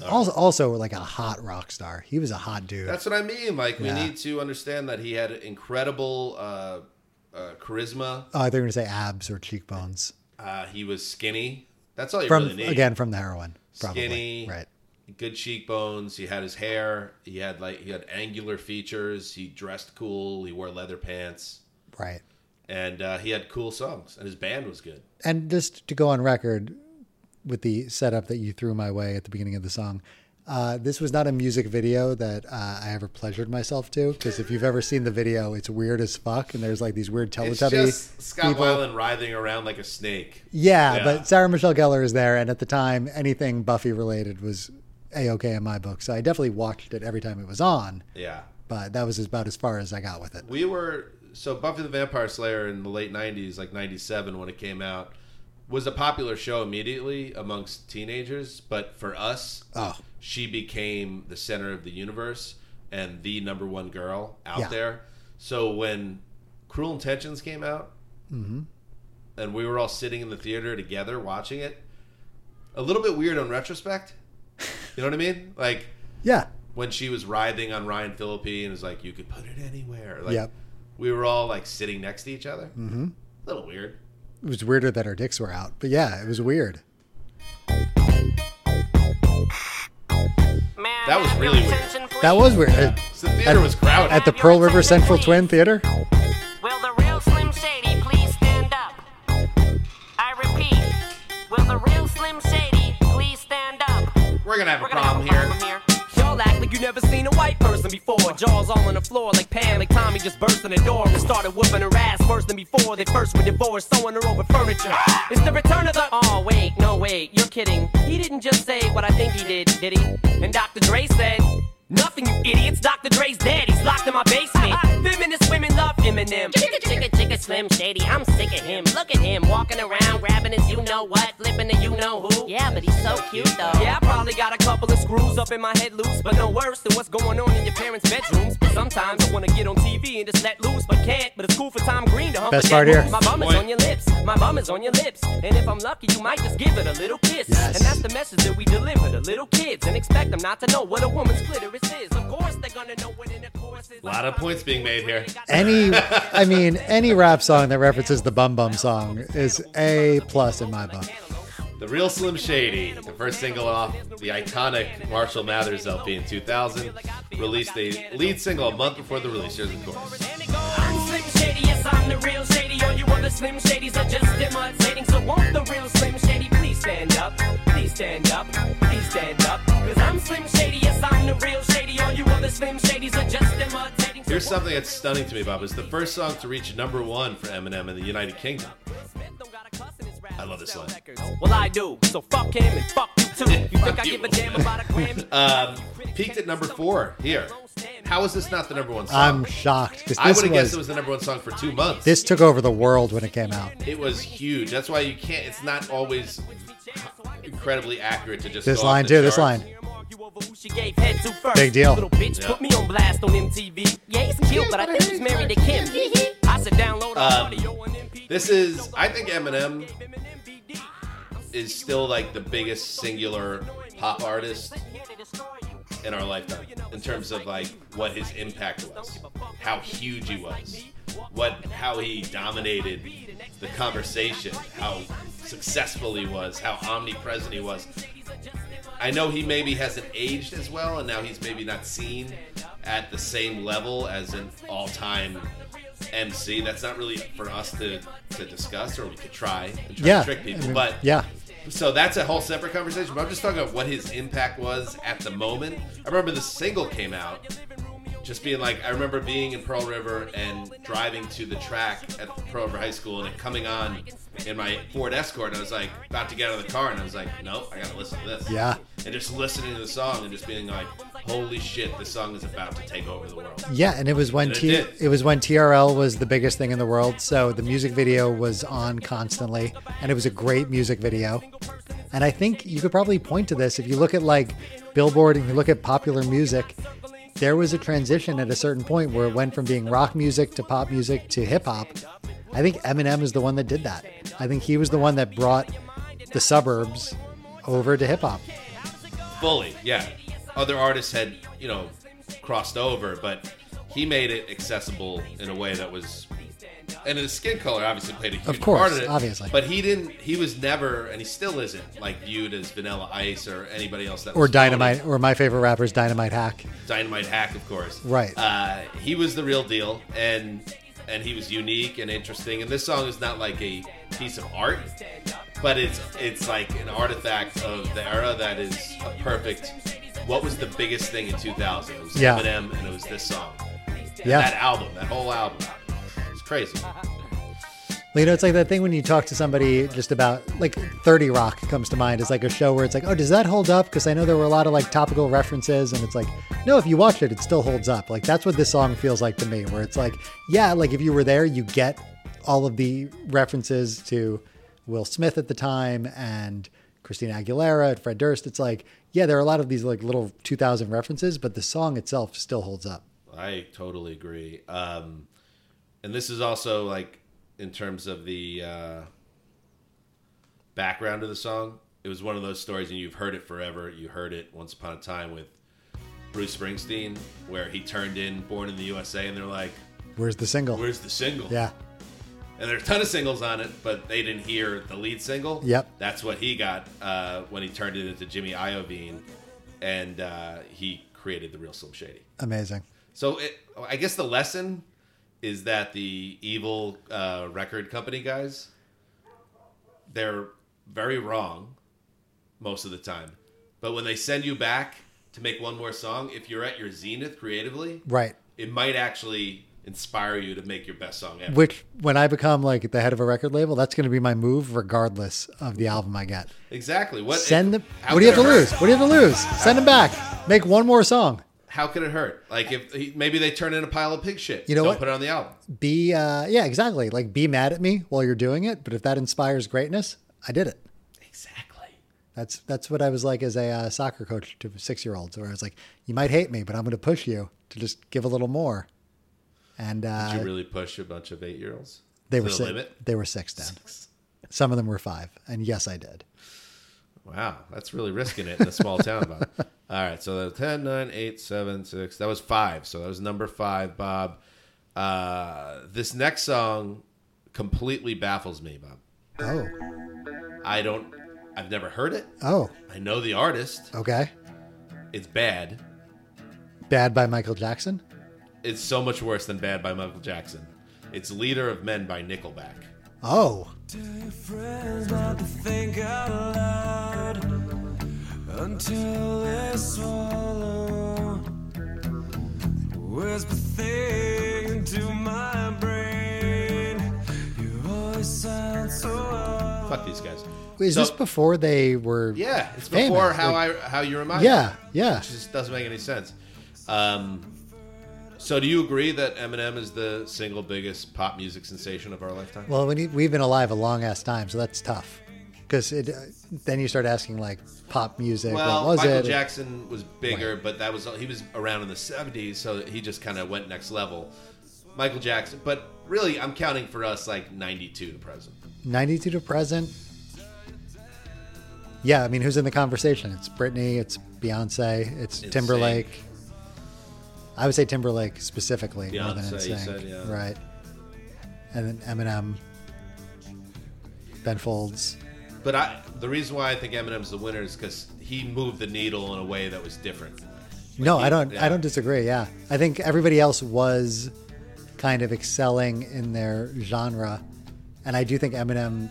Also, also like a hot rock star. He was a hot dude. That's what I mean. Like, we Yeah. need to understand that he had incredible uh, uh, charisma. oh, I think we're gonna say abs or cheekbones Uh, he was skinny. That's all you from really need. again from the heroin. Probably. Skinny. Right. good cheekbones. He had his hair. He had like he had angular features. He dressed cool. He wore leather pants, Right. and uh, he had cool songs. And his band was good. and just to go on record with the setup that you threw my way at the beginning of the song, uh, this was not a music video that uh, I ever pleasured myself to because if you've ever seen the video, it's weird as fuck, and there's like these weird It's Teletubby just Scott people. Weiland writhing around like a snake. Yeah, Yeah. but Sarah Michelle Gellar is there, and at the time, anything Buffy related was a okay in my book, so I definitely watched it every time it was on. Yeah. But that was about as far as I got with it. We were so Buffy the Vampire Slayer in the late '90s, like '97 when it came out, was a popular show immediately amongst teenagers. But for us, Oh. she became the center of the universe and the number one girl out Yeah. there. So when Cruel Intentions came out, and we were all sitting in the theater together watching it, a little bit weird on retrospect. You know what I mean? Like Yeah, when she was writhing on Ryan Phillippe and was like, "You could put it anywhere." Like, Yep. we were all like sitting next to each other. Mm-hmm. A little weird. it was weirder that her dicks were out, but yeah, it was weird. That was really weird. That was weird. So the theater At- was crowded. At the Pearl River Central Twin Theater? Will the real Slim Shady please stand up? I repeat, will the real Slim Shady please stand up? We're gonna have a We're gonna have problem a here. problem here. Y'all act like you never seen a white person before. Jaws all on the floor like Pam, like Tommy just burst in the door and started whooping her ass worse than before. They first were divorced, sewing her over furniture. It's the return of the. Oh wait, no wait, you're kidding. He didn't just say what I think he did, did he? And Dr. Dre said. Nothing, you idiots. Dr. Dre's dead. He's locked in my basement. Feminist women love Eminem. Chicka, chicka, chicka, Slim Shady, I'm sick of him. Look at him walking around, grabbing his you know what, flipping the you know who. Yeah, but he's so cute though. Yeah, I probably got a couple of screws up in my head loose, but no worse than what's going on in your parents' bedrooms. But sometimes I wanna get on TV and just let loose, but can't. But it's cool for Tom Green to hump Best a part dead here. wolf. My bum is Point. on your lips. My bum is on your lips. And if I'm lucky, you might just give it a little kiss. Yes. And that's the message that we deliver to little kids and expect them not to know what a woman's clitoris is. Of course, they're gonna know what in the course is. Lot of points being made here. Any, I mean, any rap song that references the Bum Bum song is A plus in my book. The Real Slim Shady, the first single off the iconic Marshall Mathers LP in 2000, released a lead single a month before the release. Here's the chorus. I'm Slim Shady, yes, I'm the real Shady. All you other Slim Shadys are just imitating. So won't the real Slim Shady please stand up? Please stand up. Please stand up. Cause I'm Slim Shady, yes, I'm the real Shady. All you other Slim Shadys are just imitating. So Here's won't something that's stunning to me, Bob. It's the first song to reach number one for Eminem in the United Kingdom. I love this line. Well, I do. So fuck him and fuck you (laughs) too. You think I give a damn about a Grammy? Um, peaked at number four here. How is this not the number one song? I'm shocked because I would Um, this have guessed was, it was the number one song for two months. this took over the world when it came out. it was huge. That's why you can't. It's not always incredibly accurate to just This go off line the too. This charts. line. argue over who she gave head to first. Big deal. Little bitch Yeah. put me on blast on MTV. Yeah, he's cute, but I think he's married to Kim. I said download Um, our audio on MP. This is. I think Eminem is still like the biggest singular pop artist in our lifetime in terms of like what his impact was, how huge he was, what how he dominated the conversation, how successful he was, how omnipresent he was. I know he maybe hasn't aged as well, and now he's maybe not seen at the same level as an all-time MC. That's not really for us to, to discuss, or we could try and try Yeah. to trick people. I mean, but yeah. so that's a whole separate conversation, but I'm just talking about what his impact was at the moment. I remember the single came out, just being like, I remember being in Pearl River and driving to the track at Pearl River High School and it coming on in my Ford Escort. And I was like, about to get out of the car, and I was like, nope, I gotta listen to this. Yeah. And just listening to the song and just being like, holy shit, this song is about to take over the world. Yeah, and it was when And it T- did. it was when TRL was the biggest thing in the world, so the music video was on constantly, and it was a great music video. And I think you could probably point to this if you look at like Billboard and you look at popular music. There was a transition at a certain point where it went from being rock music to pop music to hip hop. I think Eminem is the one that did that. I think he was the one that brought the suburbs over to hip hop. Fully, yeah. Other artists had, you know, crossed over, but he made it accessible in a way that was. And his skin color obviously played a huge Of course, part in it. obviously. But he didn't, he was never, and he still isn't, like viewed as Vanilla Ice or anybody else that Or was Dynamite, or my favorite rapper is Dynamite Hack. Dynamite Hack, of course. Right. Uh, he was the real deal, and and he was unique and interesting. And this song is not like a piece of art, but it's it's like an artifact of the era that is a perfect. What was the biggest thing in 2000? It was Yeah. Eminem, and it was this song. That Yeah. album, that whole album. It's crazy. Well, you know, it's like that thing when you talk to somebody just about like 30 Rock comes to mind as like a show where it's like, oh, does that hold up? Because I know there were a lot of like topical references, and it's like, no, if you watch it, it still holds up. Like that's what this song feels like to me, where it's like, yeah, like if you were there, you get all of the references to Will Smith at the time and Christina Aguilera and Fred Durst. It's like, yeah, there are a lot of these like little 2000 references, but the song itself still holds up. I totally agree. Um, and this is also like in terms of the uh, background of the song. It was one of those stories, and you've heard it forever. You heard it once upon a time with Bruce Springsteen, where he turned in "Born in the USA," and they're like, Where's the single? "Where's the single?" yeah. And there's a ton of singles on it, but they didn't hear the lead single. Yep. That's what he got uh, when he turned it into Jimmy Iovine, and uh, he created the Real Slim Shady. Amazing. So it, I guess the lesson is that the evil uh, record company guys, they're very wrong most of the time. But when they send you back to make one more song, if you're at your zenith creatively, Right. it might actually inspire you to make your best song ever. Which, when I become like the head of a record label, that's going to be my move, regardless of the album I get. exactly. What Send if- them. how What do you could have to it hurt? lose? What do you have to lose? Send them back. Make one more song. How could it hurt? Like if he- maybe they turn in a pile of pig shit. You know Don't what? put it on the album. Be uh, yeah, exactly. Like be mad at me while you're doing it, but if that inspires greatness, I did it. Exactly. That's that's what I was like as a uh, soccer coach to six year olds, where I was like, you might hate me, but I'm going to push you to just give a little more. And uh, Did you really push a bunch of eight year olds? they were the six. limit? They were six then. Some of them were five, and yes, I did. Wow, that's really risking it in a small town, (laughs) Bob. All right, so that was 10, 9, 8, 7, 6. That was five. So that was number five, Bob. Uh, this next song completely baffles me, Bob. Oh, I don't, I've never heard it. oh, I know the artist. okay. It's bad. Bad by Michael Jackson. It's so much worse than Bad by Michael Jackson. It's Leader of Men by Nickelback. Oh, friends not to think out loud until they swallow. Whisper things into my brain. Your voice sounds so odd. Fuck these guys. is So- this before they were? Yeah, it's famous? before how Like, I how you remind. Yeah, yeah. It just doesn't make any sense. Um, so, do you agree that Eminem is the single biggest pop music sensation of our lifetime? Well, we need, we've been alive a long ass time, so that's tough. Because it, uh, then you start asking like pop music. Well, what was Michael it? Jackson was bigger, but that was he was around in the '70s, so he just kind of went next level. Michael Jackson, but really, I'm counting for us like '92 to present. Ninety-two to present. Yeah, I mean, who's in the conversation? It's Britney. It's Beyonce. It's Insane. Timberlake. I would say Timberlake specifically more than Beyonce, you NSYNC, said, yeah. right? And then Eminem, Ben Folds. But I, the reason why I think Eminem's the winner is because he moved the needle in a way that was different. No, he- I don't. yeah. I don't disagree. Yeah, I think everybody else was kind of excelling in their genre, and I do think Eminem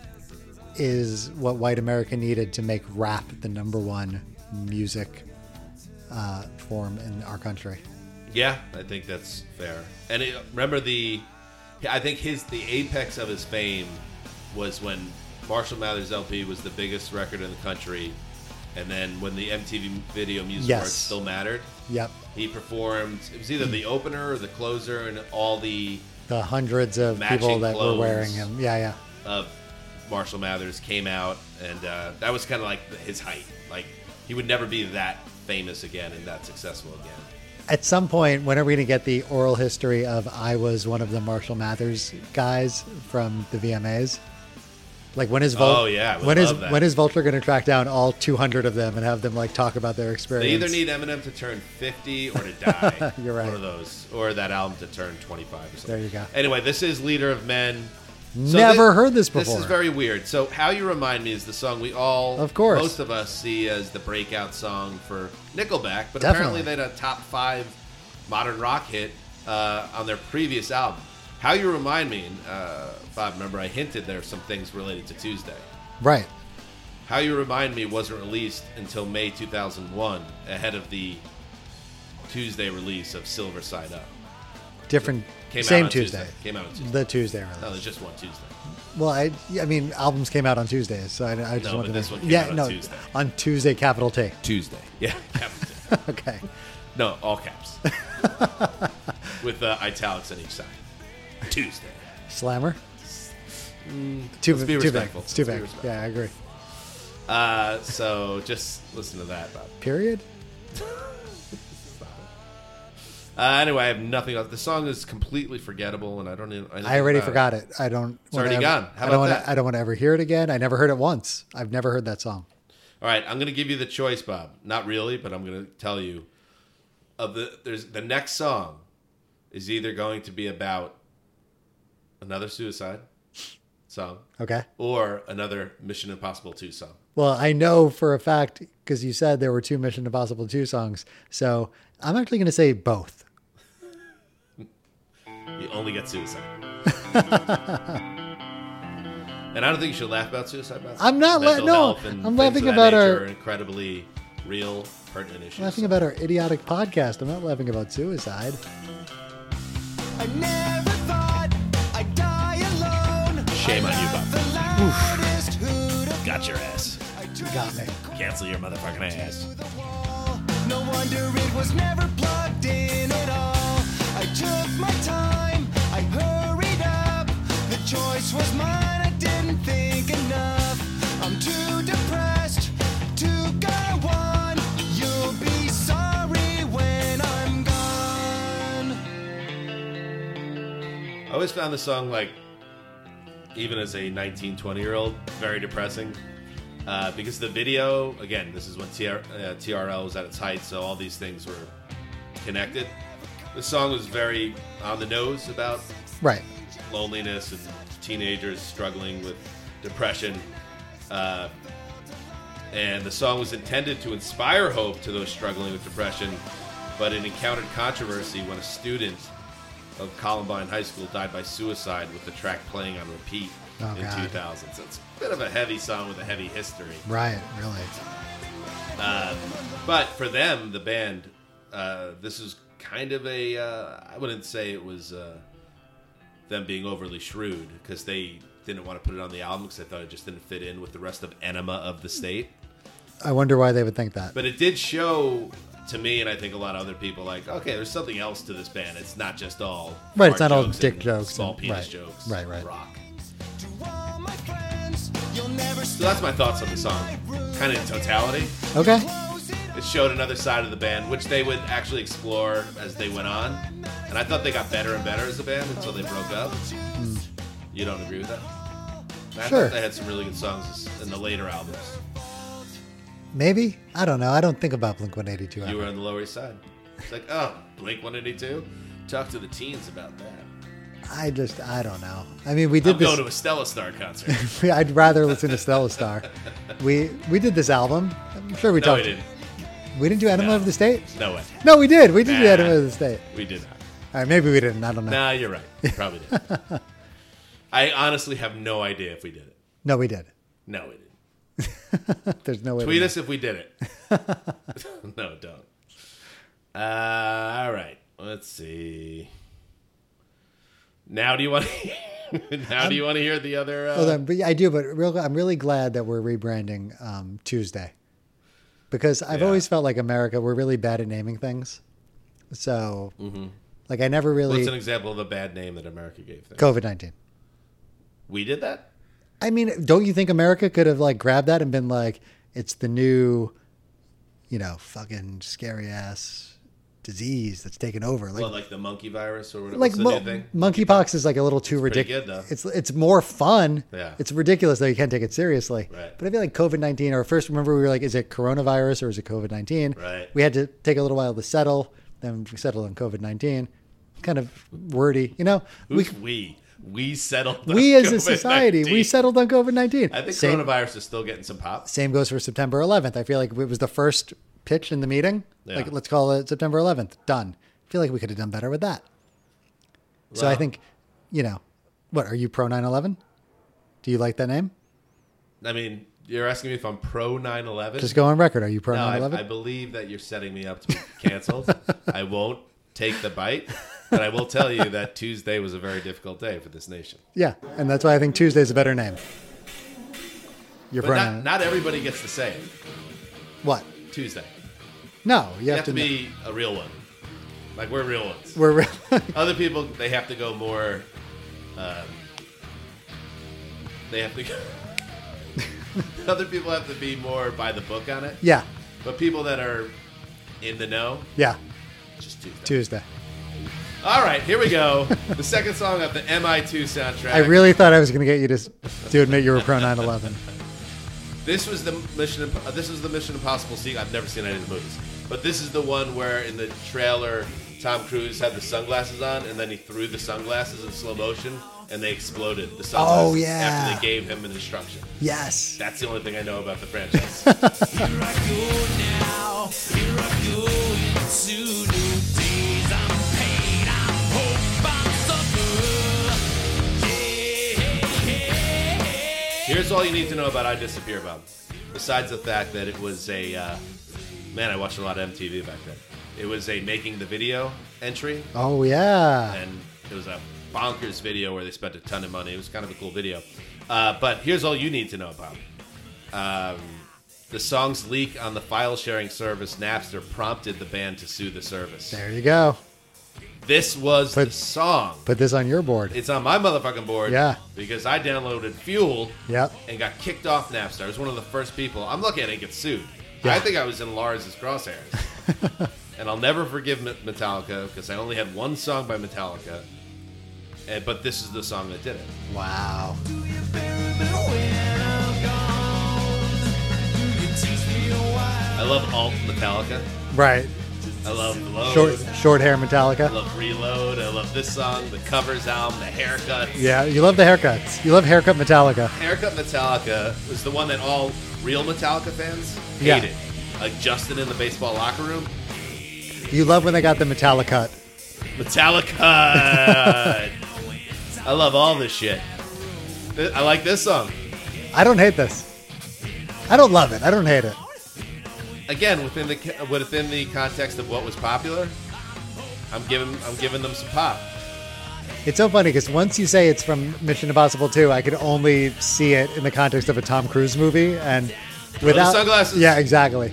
is what white America needed to make rap the number one music uh, form in our country. Yeah, I think that's fair. And it, remember the, I think his the apex of his fame was when Marshall Mathers LP was the biggest record in the country, and then when the MTV Video Music Yes. Awards still mattered. Yep, He performed. It was either the opener or the closer, and all the the hundreds of Matching people that clothes. were wearing him. Yeah, yeah. of Marshall Mathers came out, and uh, that was kind of like his height. Like he would never be that famous again and that successful again. At some point, when are we going to get the oral history of I was one of the Marshall Mathers guys from the VMAs? Like when is Vulture? Oh, yeah, I would when is love that. when is Vulture going to track down all 200 of them and have them like talk about their experience? They either need Eminem to turn 50 or to die. (laughs) You're right. One of those. Or that album to turn 25 or something. There you go. Anyway, this is Leader of Men. Never heard this This before. is very weird. So, How You Remind Me is the song we all, Of course. most of us see as the breakout song for Nickelback, but apparently Definitely. they had a top five modern rock hit uh, on their previous album. How You Remind Me, and, uh, Bob, remember I hinted there are some things related to Tuesday. right. How You Remind Me wasn't released until May 2001, ahead of the Tuesday release of Silver Side Up. Different. Came out same on Tuesday. Came out on Tuesday. The Tuesday No, release. there's just one Tuesday. Well, I, I mean, albums came out on Tuesdays, so I, I just No, but wanted to. this one came yeah, out on no, Tuesday. on Tuesday, capital T. (laughs) Tuesday. Yeah. capital T. Okay. no, all (laughs) caps. With uh, italics on each side. Tuesday. Slammer. too let's be big. too big. respectful. It's too Let's be big. respectful. Yeah, I agree. Uh, so just listen to that, Bob. Period. Uh, anyway, I have nothing else. The song is completely forgettable, and I uh, don't. even- I already forgot it. I don't. It's already gone. How I about don't want that? to. I don't want to ever hear it again. I never heard it once. I've never heard that song. All right, I'm going to give you the choice, Bob. Not really, but I'm going to tell you of the there's the next song is either going to be about another suicide song. Okay. Or another Mission Impossible 2 song. Well, I know for a fact because you said there were two Mission Impossible 2 songs. So I'm actually going to say both. You only get (laughs) Suicide. and I don't think you should laugh about Suicide. About I'm not la- mental no, health and I'm things laughing of that about nature our- are incredibly real, pertinent issues. I'm laughing about our idiotic podcast. I'm not laughing about suicide. I never thought I'd die alone. Shame on you, Bob. Loudest hoot of Got your ass. Got me. Cancel your motherfucking ass. No wonder it was never plugged in at all. I took my time, I hurried up. The choice was mine, I didn't think enough. I'm too depressed to go on. You'll be sorry when I'm gone. I always found this song like, even as a 19, 20 year old, very depressing. Uh, because the video, again, this is when TR, uh, TRL was at its height, so all these things were connected. The song was very on the nose about Right. loneliness and teenagers struggling with depression. Uh, and the song was intended to inspire hope to those struggling with depression, but it encountered controversy when a student of Columbine High School died by suicide with the track playing on repeat Oh, in God. 2000. So it's a bit of a heavy song with a heavy history. Right. Really. Um, but for them, the band, uh, this is kind of a. Uh, I wouldn't say it was uh, them being overly shrewd because they didn't want to put it on the album because they thought it just didn't fit in with the rest of Enema of the State. I wonder why they would think that. But it did show to me, and I think a lot of other people, like, okay, there's something else to this band. It's not just all Right, it's fart not all jokes dick and jokes small and- penis right, jokes, right, right. rock. To all my friends, you'll never So that's my thoughts on the song, kind of in totality. Okay. It showed another side of the band, which they would actually explore as they went on. And I thought they got better and better as a band until they broke up. You don't agree with that? And I Hmm. Sure. thought they had some really good songs in the later albums. Maybe. I don't know. I don't think about Blink 182. You ever. were on the Lower East Side. It's like, oh, Blink 182? Talk to the teens about that. I just, I don't know. I mean, we I'm did going to this. a Stella Star (laughs) concert. I'd rather listen to (laughs) Stella Star. we we did this album. I'm sure we no, we talked. didn't. we didn't do Animal No. of the State. No way. No, we did. We did do Nah. Animal of the State. We did not. All right, maybe we didn't. I don't know. Nah, you're right. We Probably did. (laughs) I honestly have no idea if we did it. No, we did. No, we didn't. There's no way. to Tweet know. us if we did it. (laughs) no, don't. Uh, all right. Let's see. Now, do you want? To, (laughs) now, do you want to hear the other? Uh, Hold on, but yeah, I do. But real, I'm really glad that we're rebranding um, Tuesday because I've Yeah. always felt like America we're really bad at naming things. So, like, I never Mm-hmm. what's really an example of a bad name that America gave? Them? COVID nineteen. We did that. I mean, don't you think America could have like grabbed that and been like, it's the new, you know, fucking scary ass disease that's taken over? Like, Well, like the monkey virus or whatever. like what's the mo- new thing? monkeypox is like a little too pretty good, ridiculous. though. It's it's more fun. Yeah. It's ridiculous though. You can't take it seriously. Right. But I feel like COVID nineteen. Or first, remember we were like, is it coronavirus or is it COVID nineteen? Right. We had to take a little while to settle. Then we settled on COVID nineteen. Kind of wordy, you know. We Who's (laughs) we? We settled. on (laughs) we as a COVID-19. society we settled on COVID nineteen. I think Same, coronavirus is still getting some pop. same goes for September 11th. I feel like it was the first pitch in the meeting. Yeah. Like let's call it September 11th. Done. I feel like we could have done better with that. So I Well- think, you know, what are you pro 9/11? Do you like that name? I mean, you're asking me if I'm pro 9/11. Just go on record. Are you pro No, I, I 9/11? believe that you're setting me up to be canceled. I won't take the bite, but I will tell you that Tuesday was a very difficult day for this nation. Yeah, and that's why I think Tuesday's a better name. You're But pro not, 9 not everybody gets to say it. What? Tuesday. No, you, You have, have to know. be a real one. Like we're real ones. (laughs) We're Other people, they have to go more. Um, they have to. Go, (laughs) other people have to be more by the book on it. (laughs) Yeah. But people that are in the know, Yeah. just Tuesday. Tuesday. All right, here we go. (laughs) the second song of the MI2 soundtrack. I really thought I was going to get you to s- to admit you were pro 9/11. this was the Mission. Imp- uh, This was the Mission Impossible sequel. I've never seen any of the movies, but this is the one where in the trailer Tom Cruise had the sunglasses on, and then he threw the sunglasses in slow motion, and they exploded. The Oh, sunglasses, yeah. After they gave him an instruction. (laughs) Yes. That's the only thing I know about the franchise. Here's all you need to know about I Disappear, Bob. Besides the fact that it was a uh, man, I watched a lot of MTV back then. It was a making the video entry, Oh yeah. and it was a bonkers video where they spent a ton of money. It was kind of a cool video. Uh, but here's all you need to know about it. um, the song's leak on the file sharing service Napster prompted the band to sue the service. There you go. This was the But- song. Put this on your board. It's on my motherfucking board. Yeah. Because I downloaded Fuel. Yep. And got kicked off Napster. I was one of the first people. I'm lucky I didn't get sued. Yeah. I think I was in Lars's crosshairs. (laughs) and I'll never forgive Me- Metallica because I only had one song by Metallica. And, but this is the song that did it. Wow. I love alt Metallica. Right. I love Load. Short short hair I Metallica. love Reload. I love this song, the covers album, the haircuts. Yeah, you love the haircuts. You love haircut Metallica. Haircut Metallica was the one that all real Metallica fans Yeah. hated. Like Justin in the baseball locker room. You love when they got the Metallica cut. Metallica. I love all this shit. Th- I like this song. I don't hate this. I don't love it. I don't hate it. Again, within the ca- within the context of what was popular, I'm giving I'm giving them some pop. It's so funny because once you say it's from Mission Impossible 2, I could only see it in the context of a Tom Cruise movie and without sunglasses. Yeah, exactly.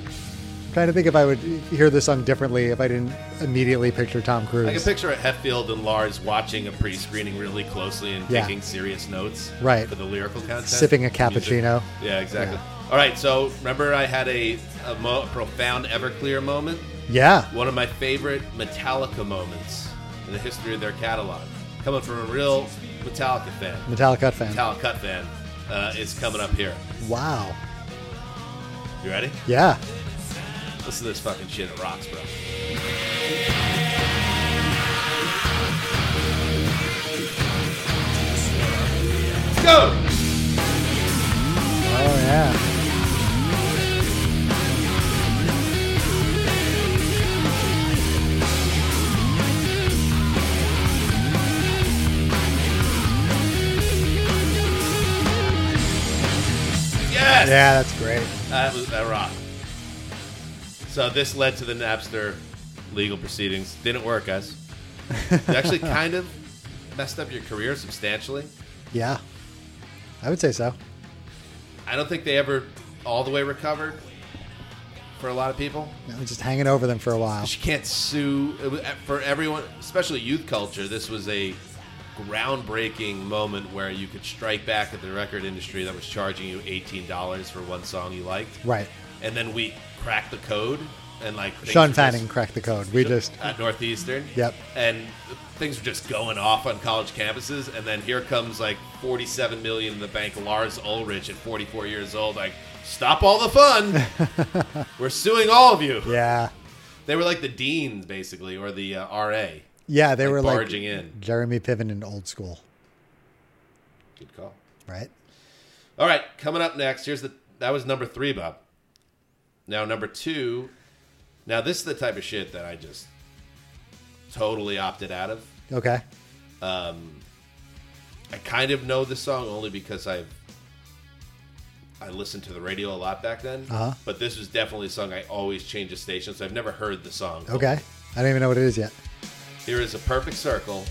trying to think if I would hear this song differently if I didn't immediately picture Tom Cruise. I can picture Hetfield and Lars watching a pre-screening really closely and Yeah. taking serious notes Right. for the lyrical content. Sipping a Music. cappuccino. Yeah, exactly. All right, so remember I had a, a mo- profound Everclear moment? yeah. One of my favorite Metallica moments in the history of their catalog. Coming from a real Metallica fan. Metallica fan. Metallica fan uh, is coming up here. Wow. You ready? Yeah. Listen to this fucking shit. It rocks, bro. Let's go! Oh yeah. Yes! Yeah, that's great. That was that rock. So this led to the Napster legal proceedings. Didn't work, guys. You actually kind of messed up your career substantially. Yeah. I would say so. I don't think they ever all the way recovered for a lot of people. It was just hanging over them for a while. She can't sue it was- for everyone, especially youth culture. This was a groundbreaking moment where you could strike back at the record industry that was charging you eighteen dollars for one song you liked. Right. And then we cracked the code and like things Sean were just- Fanning cracked the code. We just at Northeastern. Yep. And things were just going off on college campuses, and then here comes like 47 million in the bank, Lars Ulrich at 44 years old, like, stop all the fun. (laughs) we're suing all of you. yeah. They were like the deans, basically, or the uh, RA. Yeah, they Like were like barging in. Jeremy Piven in old school, Good call. right? All right, coming up next, here's the that was number three, Bob. Now number two. Now this is the type of shit that I just totally opted out of. Okay. I kind of know this song only because I've I listened to the radio a lot back then. Uh-huh. But this was definitely a song I always change the station, so I've never heard the song. Okay. I don't even know what it is yet. Here is a perfect circle,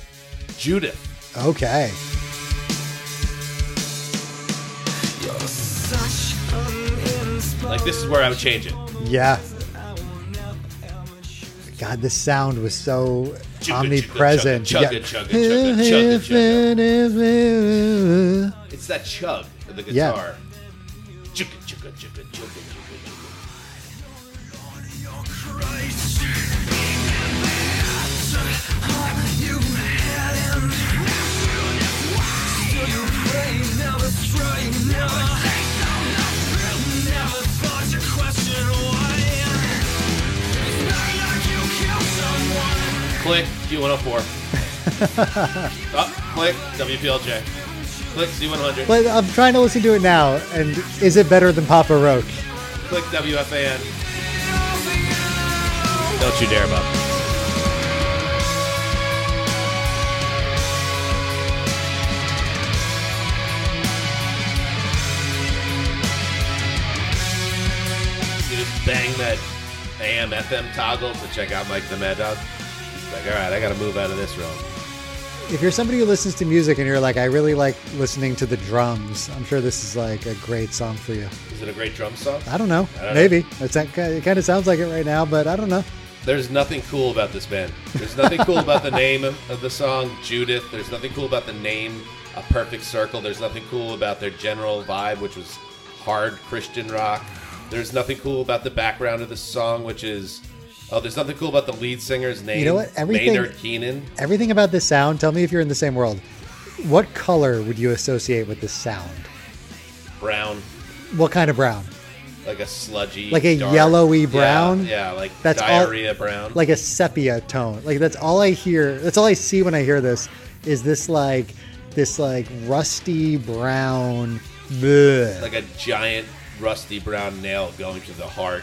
Judith. Okay. Like this is where I would change it. Yeah. God, this sound was so Chugga, omnipresent. chugga, Yeah. chugga, chugga, chugga, chugga, It's that chug of the Yeah. guitar. Chugga, chugga, chugga, chugga, chugga, chugga. Click Q104. Up, oh click, WPLJ. Click Z100. (laughs) But I'm trying to listen to it now, and is it better than Papa Roach? Click WFAN. Don't you dare, Bob. You just bang that AM FM toggle to check out Mike the Mad Dog. He's like, all right, I got to move out of this room. If you're somebody who listens to music and you're like, I really like listening to the drums, I'm sure this is like a great song for you. Is it a great drum song? I don't know. I don't Maybe. It's that, ki- it kind of sounds like it right now, but I don't know. There's nothing cool about this band. There's nothing cool about the name of, of the song, Judith. There's nothing cool about the name, A Perfect Circle. There's nothing cool about their general vibe, which was hard Christian rock. There's nothing cool about the background of the song, which is. Oh, there's nothing cool about the lead singer's name. You know what? Everything- Maynard Keenan. Everything about this sound, tell me if you're in the same world. What color would you associate with this sound? Brown. What kind of brown? Like a sludgy. Like a dark- yellowy Yeah, brown? Yeah, like That's all- diarrhea brown. Like a sepia tone. Like that's all I hear. That's all I see when I hear this is this like this like rusty brown. bleh. like a giant rusty brown nail going to the heart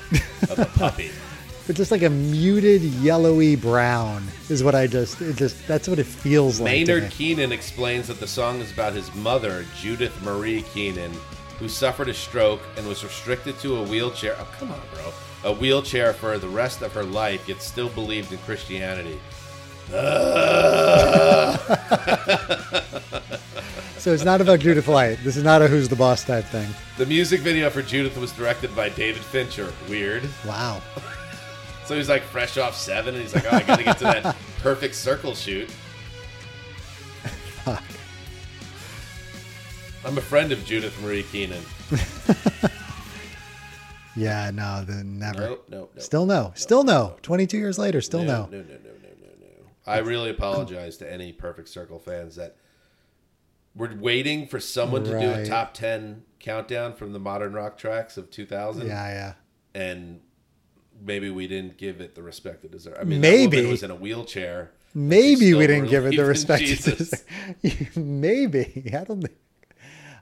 of a puppy. (laughs) It's just like a muted yellowy brown is what I just it just that's what it feels like. to Maynard me. Keenan explains that the song is about his mother, Judith Marie Keenan, who suffered a stroke and was restricted to a wheelchair. Oh, come on, bro. A wheelchair for the rest of her life, yet still believed in Christianity. Ugh. So it's not about Judith Light. This is not a who's the boss type thing. the music video for Judith was directed by David Fincher. Weird. Wow. So he's like fresh off seven, and he's like, oh, I gotta get to (laughs) that perfect circle shoot. Fuck. I'm a friend of Judith Marie Keenan. Yeah, no, then never. Nope, nope, nope. still no. still no. 22 years later, still no. No, no, no, no, no, no. I really apologize to any Perfect Circle fans that we're waiting for someone to do a Right. top 10 countdown from the modern rock tracks of 2000. Yeah, yeah. And maybe we didn't give it the respect it deserved. I mean, maybe. Maybe. That woman was in a wheelchair. Maybe still we didn't give it the believe in respect. it Jesus. deserved. (laughs) Maybe. I don't think.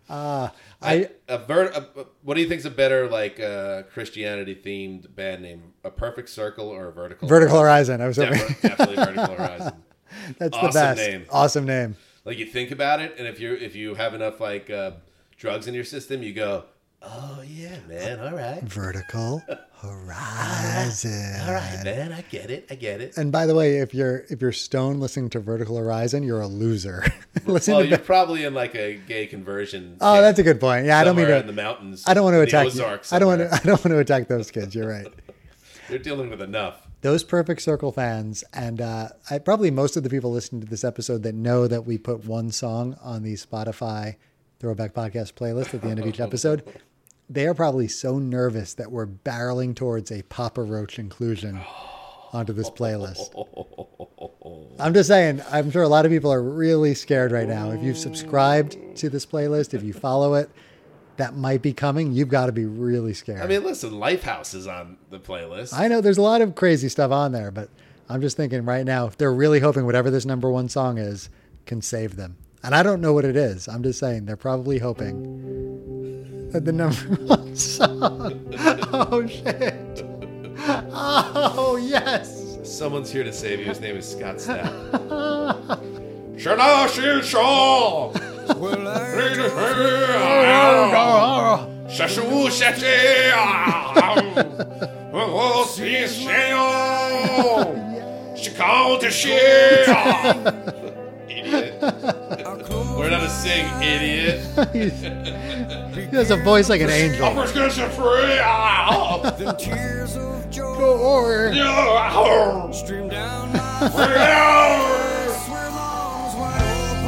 Uh, I, I, a ver- a- a- what do you think's a better like uh, Christianity themed band name? A perfect circle or a vertical? Vertical Horizon. I was Yeah, hoping- ver- definitely vertical horizon. (laughs) that's the Awesome best. name. Awesome name. Like you think about it, and if you if you have enough like uh, drugs in your system, you go, oh yeah, man, all right, Vertical Horizon. (laughs) all right, man, I get it, I get it. And by the way, if you're if you're stoned listening to Vertical Horizon, you're a loser. (laughs) Listen well, to you're Ver- probably in like a gay conversion. Oh, camp that's a good point. Yeah, I don't mean somewhere to. in the mountains. I don't want to in the attack. Ozarks I don't want to. somewhere. (laughs) I don't want to attack those kids. You're right. They're dealing with enough. Those Perfect Circle fans, and uh, I, probably most of the people listening to this episode that know that we put one song on the Spotify Throwback Podcast playlist at the end of each episode, they are probably so nervous that we're barreling towards a Papa Roach inclusion onto this playlist. I'm just saying, I'm sure a lot of people are really scared right now. If you've subscribed to this playlist, if you follow it, that might be coming. You've got to be really scared. I mean, listen, Lifehouse is on the playlist. I know there's a lot of crazy stuff on there, but I'm just thinking right now if they're really hoping whatever this number one song is can save them. And I don't know what it is. I'm just saying they're probably hoping that the number (laughs) one song. Oh shit. Oh yes. Someone's here to save you. His name is Scott Stapp. Shana Shil Shaw! Shashu Shashi! Oh, see, Shio! Shikao to Shia! Idiot. We're not a sing, idiot. He has a voice like an angel. Upper's gonna set free! Ah! Yeah!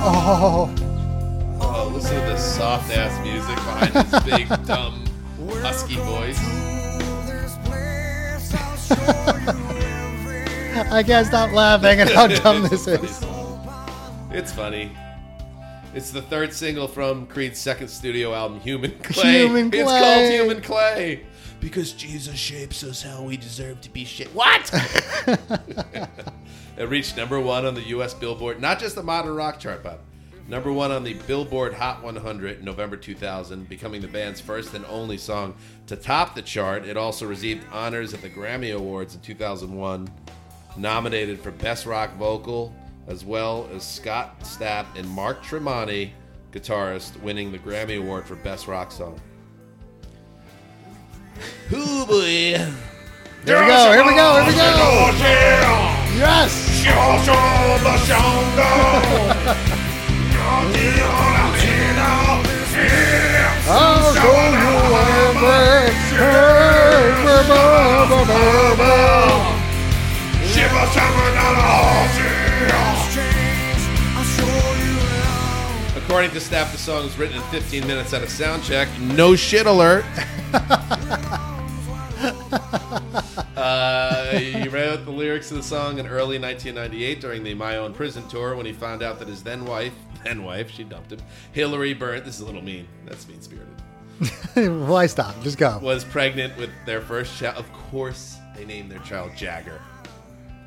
Oh. Oh, listen to this soft ass music behind this big, dumb, husky voice. I can't stop laughing at how dumb this is. It's funny. It's the third single from Creed's second studio album, Human Clay. Human It's Clay. called Human Clay. Because Jesus shapes us how we deserve to be shaped. What? (laughs) It reached number one on the U.S. Billboard, not just the modern rock chart, Bob. Number one on the Billboard Hot 100 in November 2000, becoming the band's first and only song to top the chart. It also received honors at the Grammy Awards in 2001, nominated for Best Rock Vocal, as well as Scott Stapp and Mark Tremonti, guitarist, winning the Grammy Award for Best Rock Song. Hoo boy! Here we go. Here we go. Here we go. Yes. I'll go you over. Hey, ba, ba, ba, ba, ba. According to Staff, the song was written in 15 minutes at a sound check. No shit alert. (laughs) uh, he wrote the lyrics of the song in early 1998 during the My Own Prison tour when he found out that his then wife, (laughs) then wife, she dumped him, Hillary Burnt, this is a little mean, that's mean spirited, (laughs) Why stop? Just go. was pregnant with their first child. Of course, they named their child Jagger.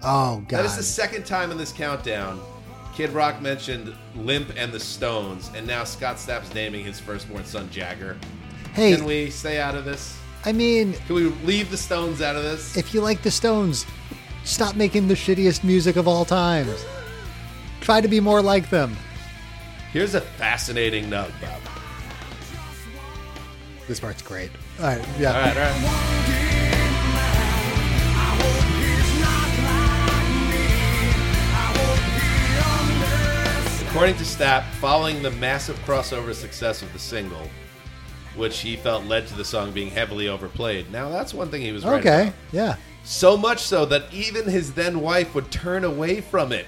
Oh god. That is the second time in this countdown Kid Rock mentioned Limp and the Stones, and now Scott Stapp's naming his firstborn son Jagger. hey, Can we stay out of this? I mean, Can we leave the Stones out of this? if you like the Stones, stop making the shittiest music of all time. Try to be more like them. Here's a fascinating note, Bob. This part's great. All right. Yeah. All right, all right. According to Stapp, following the massive crossover success of the single, which he felt led to the song being heavily overplayed. Now, that's one thing he was right Okay. about. Yeah. So much so that even his then wife would turn away from it.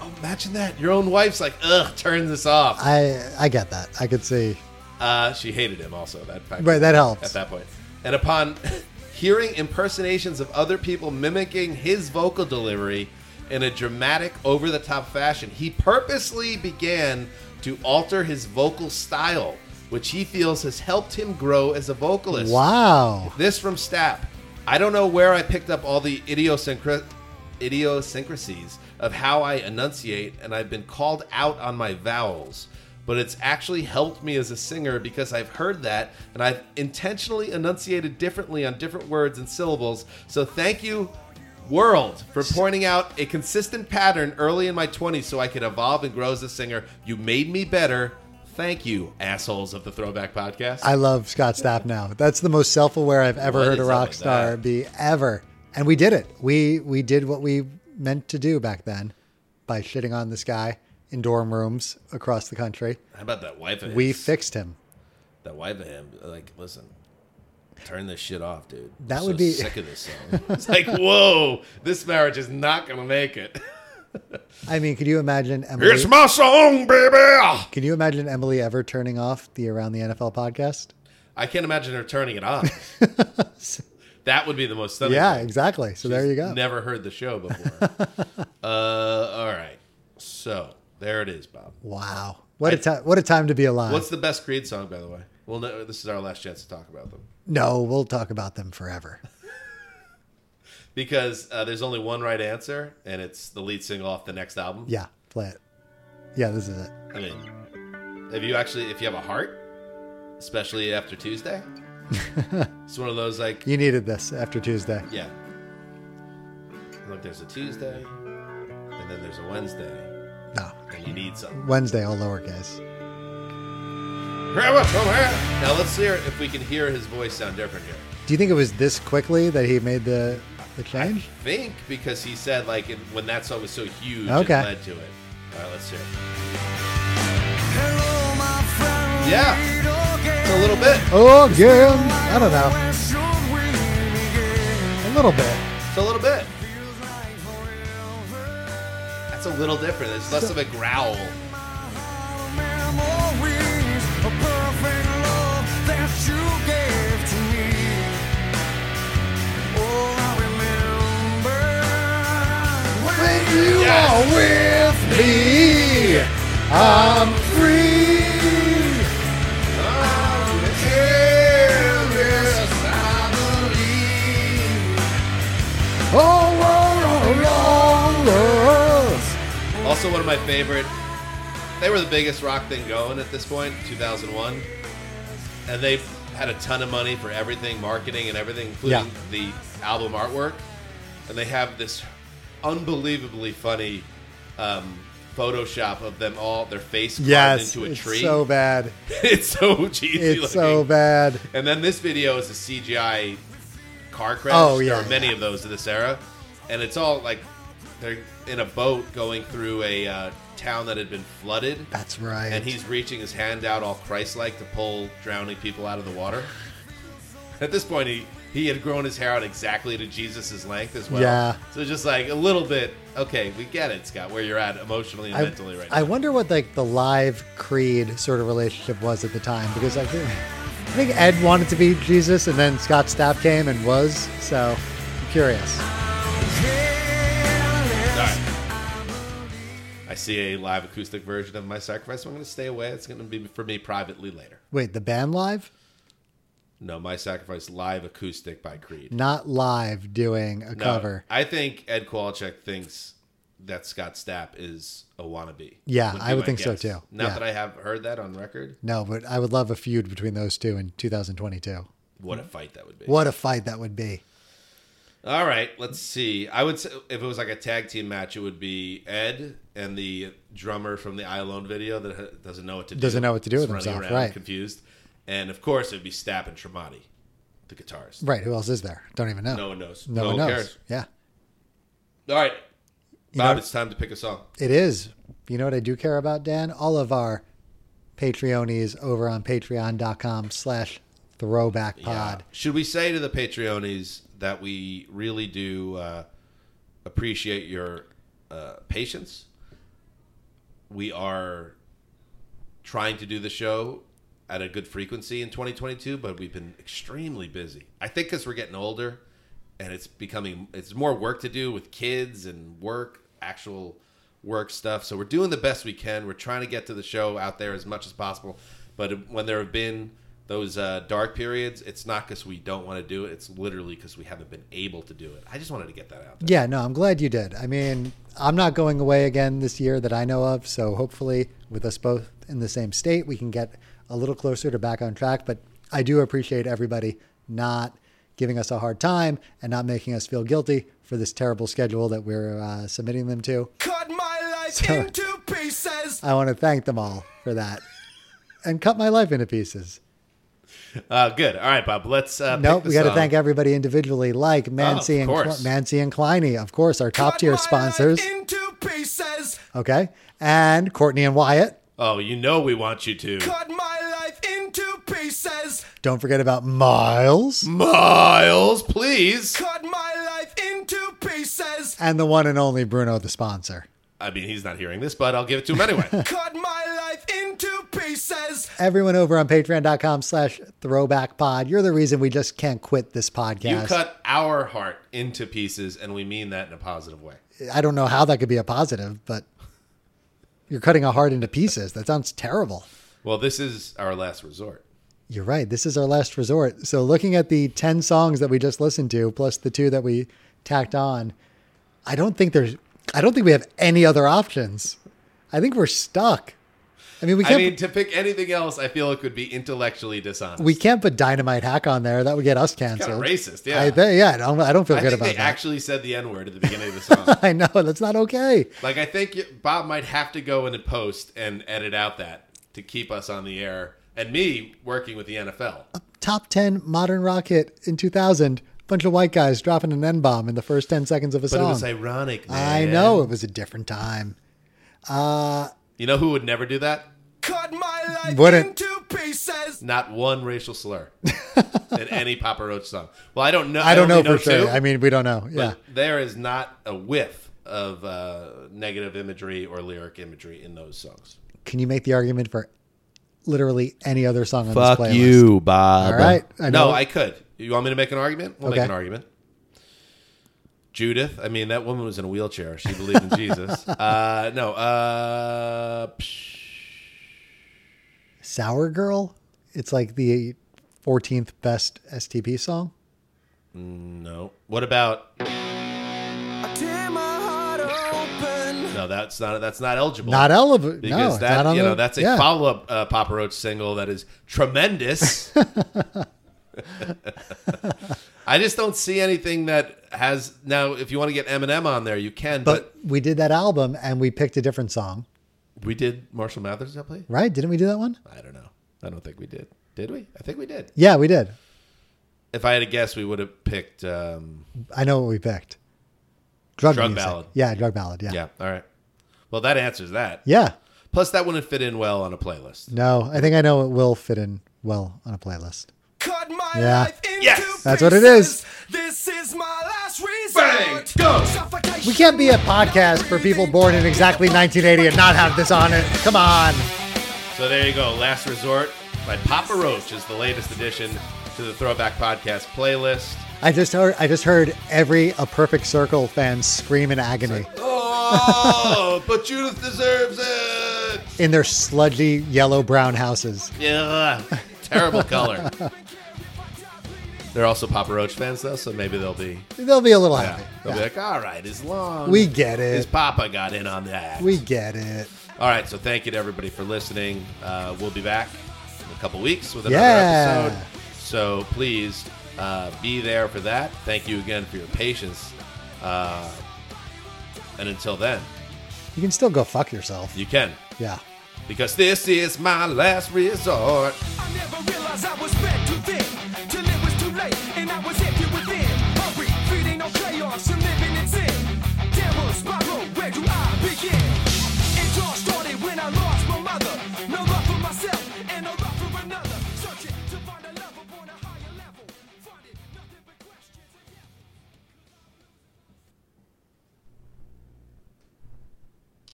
Oh, imagine that. Your own wife's like, ugh, turn this off. I I get that. I could see. Uh, she hated him also. That fact- Right, that helps. At that point. And upon (laughs) hearing impersonations of other people mimicking his vocal delivery in a dramatic, over the top fashion, he purposely began to alter his vocal style, which he feels has helped him grow as a vocalist. Wow. This from Stapp. I don't know where I picked up all the idiosyncra- idiosyncrasies of how I enunciate, and I've been called out on my vowels. But it's actually helped me as a singer because I've heard that and I've intentionally enunciated differently on different words and syllables. So thank you, world, for pointing out a consistent pattern early in my 20s so I could evolve and grow as a singer. You made me better. Thank you, assholes of the Throwback Podcast. I love Scott Stapp now. That's the most self-aware I've ever What heard is up a rock with star that? be ever. And we did it. We we did what we meant to do back then by shitting on this guy in dorm rooms across the country. How about that wife of We his? fixed him. that wife of him, like, listen, turn this shit off, dude. I'm That so would be- sick of (laughs) this song. it's like, whoa, this marriage is not gonna make (laughs) it. I mean, could you imagine Emily? my song, baby. can you imagine Emily ever turning off the Around the NFL podcast? I can't imagine her turning it (laughs) on. that would be the most stunning. Yeah, thing. exactly. So there She's you go. Never heard the show (laughs) before. uh, all right, so there it is, Bob. wow. What a time! What a time to be alive. What's the best Creed song, by the way? Well, no, this is our last chance to talk about them no, we'll talk about them forever. because uh, there's only one right answer, and it's the lead single off the next album. Yeah, play it. Yeah, this is it. I mean, if you actually, if you have a heart, especially after Tuesday, it's one of those like, You needed this after Tuesday. yeah. Look, there's a Tuesday, and then there's a Wednesday, No, and you need something. Wednesday, all lowercase. Grab it from here. Now let's hear if we can hear his voice sound different here. Do you think it was this quickly that he made the the change? Think because he said like in, when that song was so huge, Okay. it led to it. All right, let's hear. It. Hello, my friend. Yeah. It's a little bit. Oh, girl, I don't know, a little bit. It's a little bit. That's a little different. It's less of a growl. Oh, You Yes. are with me. I'm free. Oh, oh, oh, Also, one of my favorite. They were the biggest rock thing going at this point, 2001, and they had a ton of money for everything, marketing and everything, including Yeah. the album artwork. And they have this unbelievably funny um, Photoshop of them all, their face carved Yes, into a it's tree. so bad. (laughs) it's so cheesy. (laughs) It's so looking. bad. And then this video is a CGI car crash. Oh, there yeah, are many of those in this era, and it's all like they're in a boat going through a uh, town that had been flooded. That's right. And he's reaching his hand out, all Christ-like, to pull drowning people out of the water. At this point, he he had grown his hair out exactly to Jesus's length as well. Yeah. So just like a little bit. Okay, we get it, Scott, where you're at emotionally and I, mentally right I now. wonder what like the live Creed sort of relationship was at the time because I think, I think Ed wanted to be Jesus and then Scott Stapp came and was. So I'm curious. I see a live acoustic version of my sacrifice. I'm going to stay away. It's going to be for me privately later. Wait, the band live? No, My Sacrifice live acoustic by Creed. Not live doing a No, cover. I think Ed Kowalczyk thinks that Scott Stapp is a wannabe. Yeah, be I would my think so, too. Not Yeah. that I have heard that on record. No, but I would love a feud between those two in 2022. What a fight that would be. What a fight that would be. All right, let's see. I would say if it was like a tag team match, it would be Ed and the drummer from the I Alone video that ha- doesn't know what to do. Doesn't know what to do He's running with himself, around right. Confused. And of course, it would be Stapp and Tremonti, the guitarist. Right, who else is there? Don't even know. No one knows. No, No one one knows. cares. Yeah. All right, You Bob, know- it's time to pick a song. It is. You know what I do care about, Dan? All of our Patreonies over on patreon.com slash throwback pod. Should we say to the Patreonies that we really do uh, appreciate your uh, patience? We are trying to do the show at a good frequency in 2022, but we've been extremely busy. I think because we're getting older, and it's becoming it's more work to do with kids and work, actual work stuff. So we're doing the best we can. We're trying to get to the show out there as much as possible. But when there have been those uh, dark periods, it's not because we don't want to do it. It's literally because we haven't been able to do it. I just wanted to get that out. Yeah, no, I'm glad you did. I mean, I'm not going away again this year that I know of. So hopefully, with us both in the same state, we can get a little closer to back on track. But I do appreciate everybody not giving us a hard time and not making us feel guilty for this terrible schedule that we're uh, submitting them to. Cut my life So- into pieces. I want to thank them all for that and cut my life into pieces. Uh, good. All right, Bob. Let's uh, Nope, pick the we got to song. thank everybody individually, like Mancy and Cl- course. Mancy and Kleiny, of course, our top tier sponsors. Into pieces. Okay, and Courtney and Wyatt. Oh, you know we want you to. Cut my life into pieces. Don't forget about Miles Miles, please. Cut my life into pieces. and the one and only Bruno, the sponsor. I mean, he's not hearing this, but I'll give it to him anyway. (laughs) Cut my life into pieces. Everyone over on patreon.com slash throwback pod. You're the reason we just can't quit this podcast. You cut our heart into pieces, and we mean that in a positive way. I don't know how that could be a positive, but you're cutting a heart into pieces. That sounds terrible. Well, this is our last resort. You're right. This is our last resort. So, looking at the 10 songs that we just listened to, plus the two that we tacked on, I don't think there's, I don't think we have any other options. I think we're stuck. I mean, we I can't, mean, to pick anything else, I feel it could be intellectually dishonest. we can't put Dynamite Hack on there. That would get us kind of canceled. racist, yeah. I think, yeah, I don't, I don't feel I good think about they that. actually said the N word at the beginning of the song. (laughs) I know that's not okay. like, I think you- Bob might have to go in and post and edit out that to keep us on the air, and me working with the NFL. Top ten modern rock hit in 2000. Bunch of white guys dropping an N bomb in the first 10 seconds of a But song. it was ironic. I man. know it was a different time. You know who would never do that? Cut my life Wouldn't- into pieces. Not one racial (laughs) slur in any Papa Roach song. Well, I don't know. I don't know only for sure. two. I mean, we don't know. Yeah. But there is not a whiff of uh, negative imagery or lyric imagery in those songs. Can you make the argument for literally any other song on this playlist? Bob. All right. I know. no, I could. You want me to make an argument? We'll Okay. make an argument. Judith, I mean, that woman was in a wheelchair. She believed (laughs) in Jesus. Uh, no. Uh, psh, Sour Girl. It's like the 14th best STP song. no. What about. I tear my heart open. No. No, that's not that's not eligible. Not eligible. No, because it's that not on you know the- that's a yeah. follow up uh, Papa Roach single that is (laughs) tremendous. I just don't see anything that has now. If you want to get Eminem on there, you can. But, But we did that album and we picked a different song, we did Marshall Mathers that play. right? Didn't we do that one? I don't know. I don't think we did. Did we? I think we did. Yeah, we did. If I had to guess, we would have picked. Um, I know what we picked. Drug, Drug music. ballad. Yeah, drug ballad. Yeah. yeah. All right. Well, that answers that. Yeah. Plus, that wouldn't fit in well on a playlist. No, I think I know it will fit in well on a playlist. Cut my Yeah. life into Yes. That's what it is. pieces. This is my last Bang! resort. Go! We can't be a podcast for people born in exactly 1980 and not have this on it. Come on. So there you go. Last Resort by Papa Roach is the latest addition to the Throwback Podcast playlist. I just heard I just heard every A Perfect Circle fan scream in agony Oh, (laughs) but Judith deserves it. in their sludgy yellow brown houses. Yeah, terrible color. They're also Papa Roach fans, though, so maybe they'll be. They'll be a little Yeah, happy. they'll be like, all right, as long We get it. His Papa got in on that. We get it. All right, so thank you to everybody for listening. Uh, we'll be back in a couple weeks with another Yeah. episode. So please uh, be there for that. Thank you again for your patience. Uh, and until then, You can still go fuck yourself. you can, Yeah. because this is my last resort.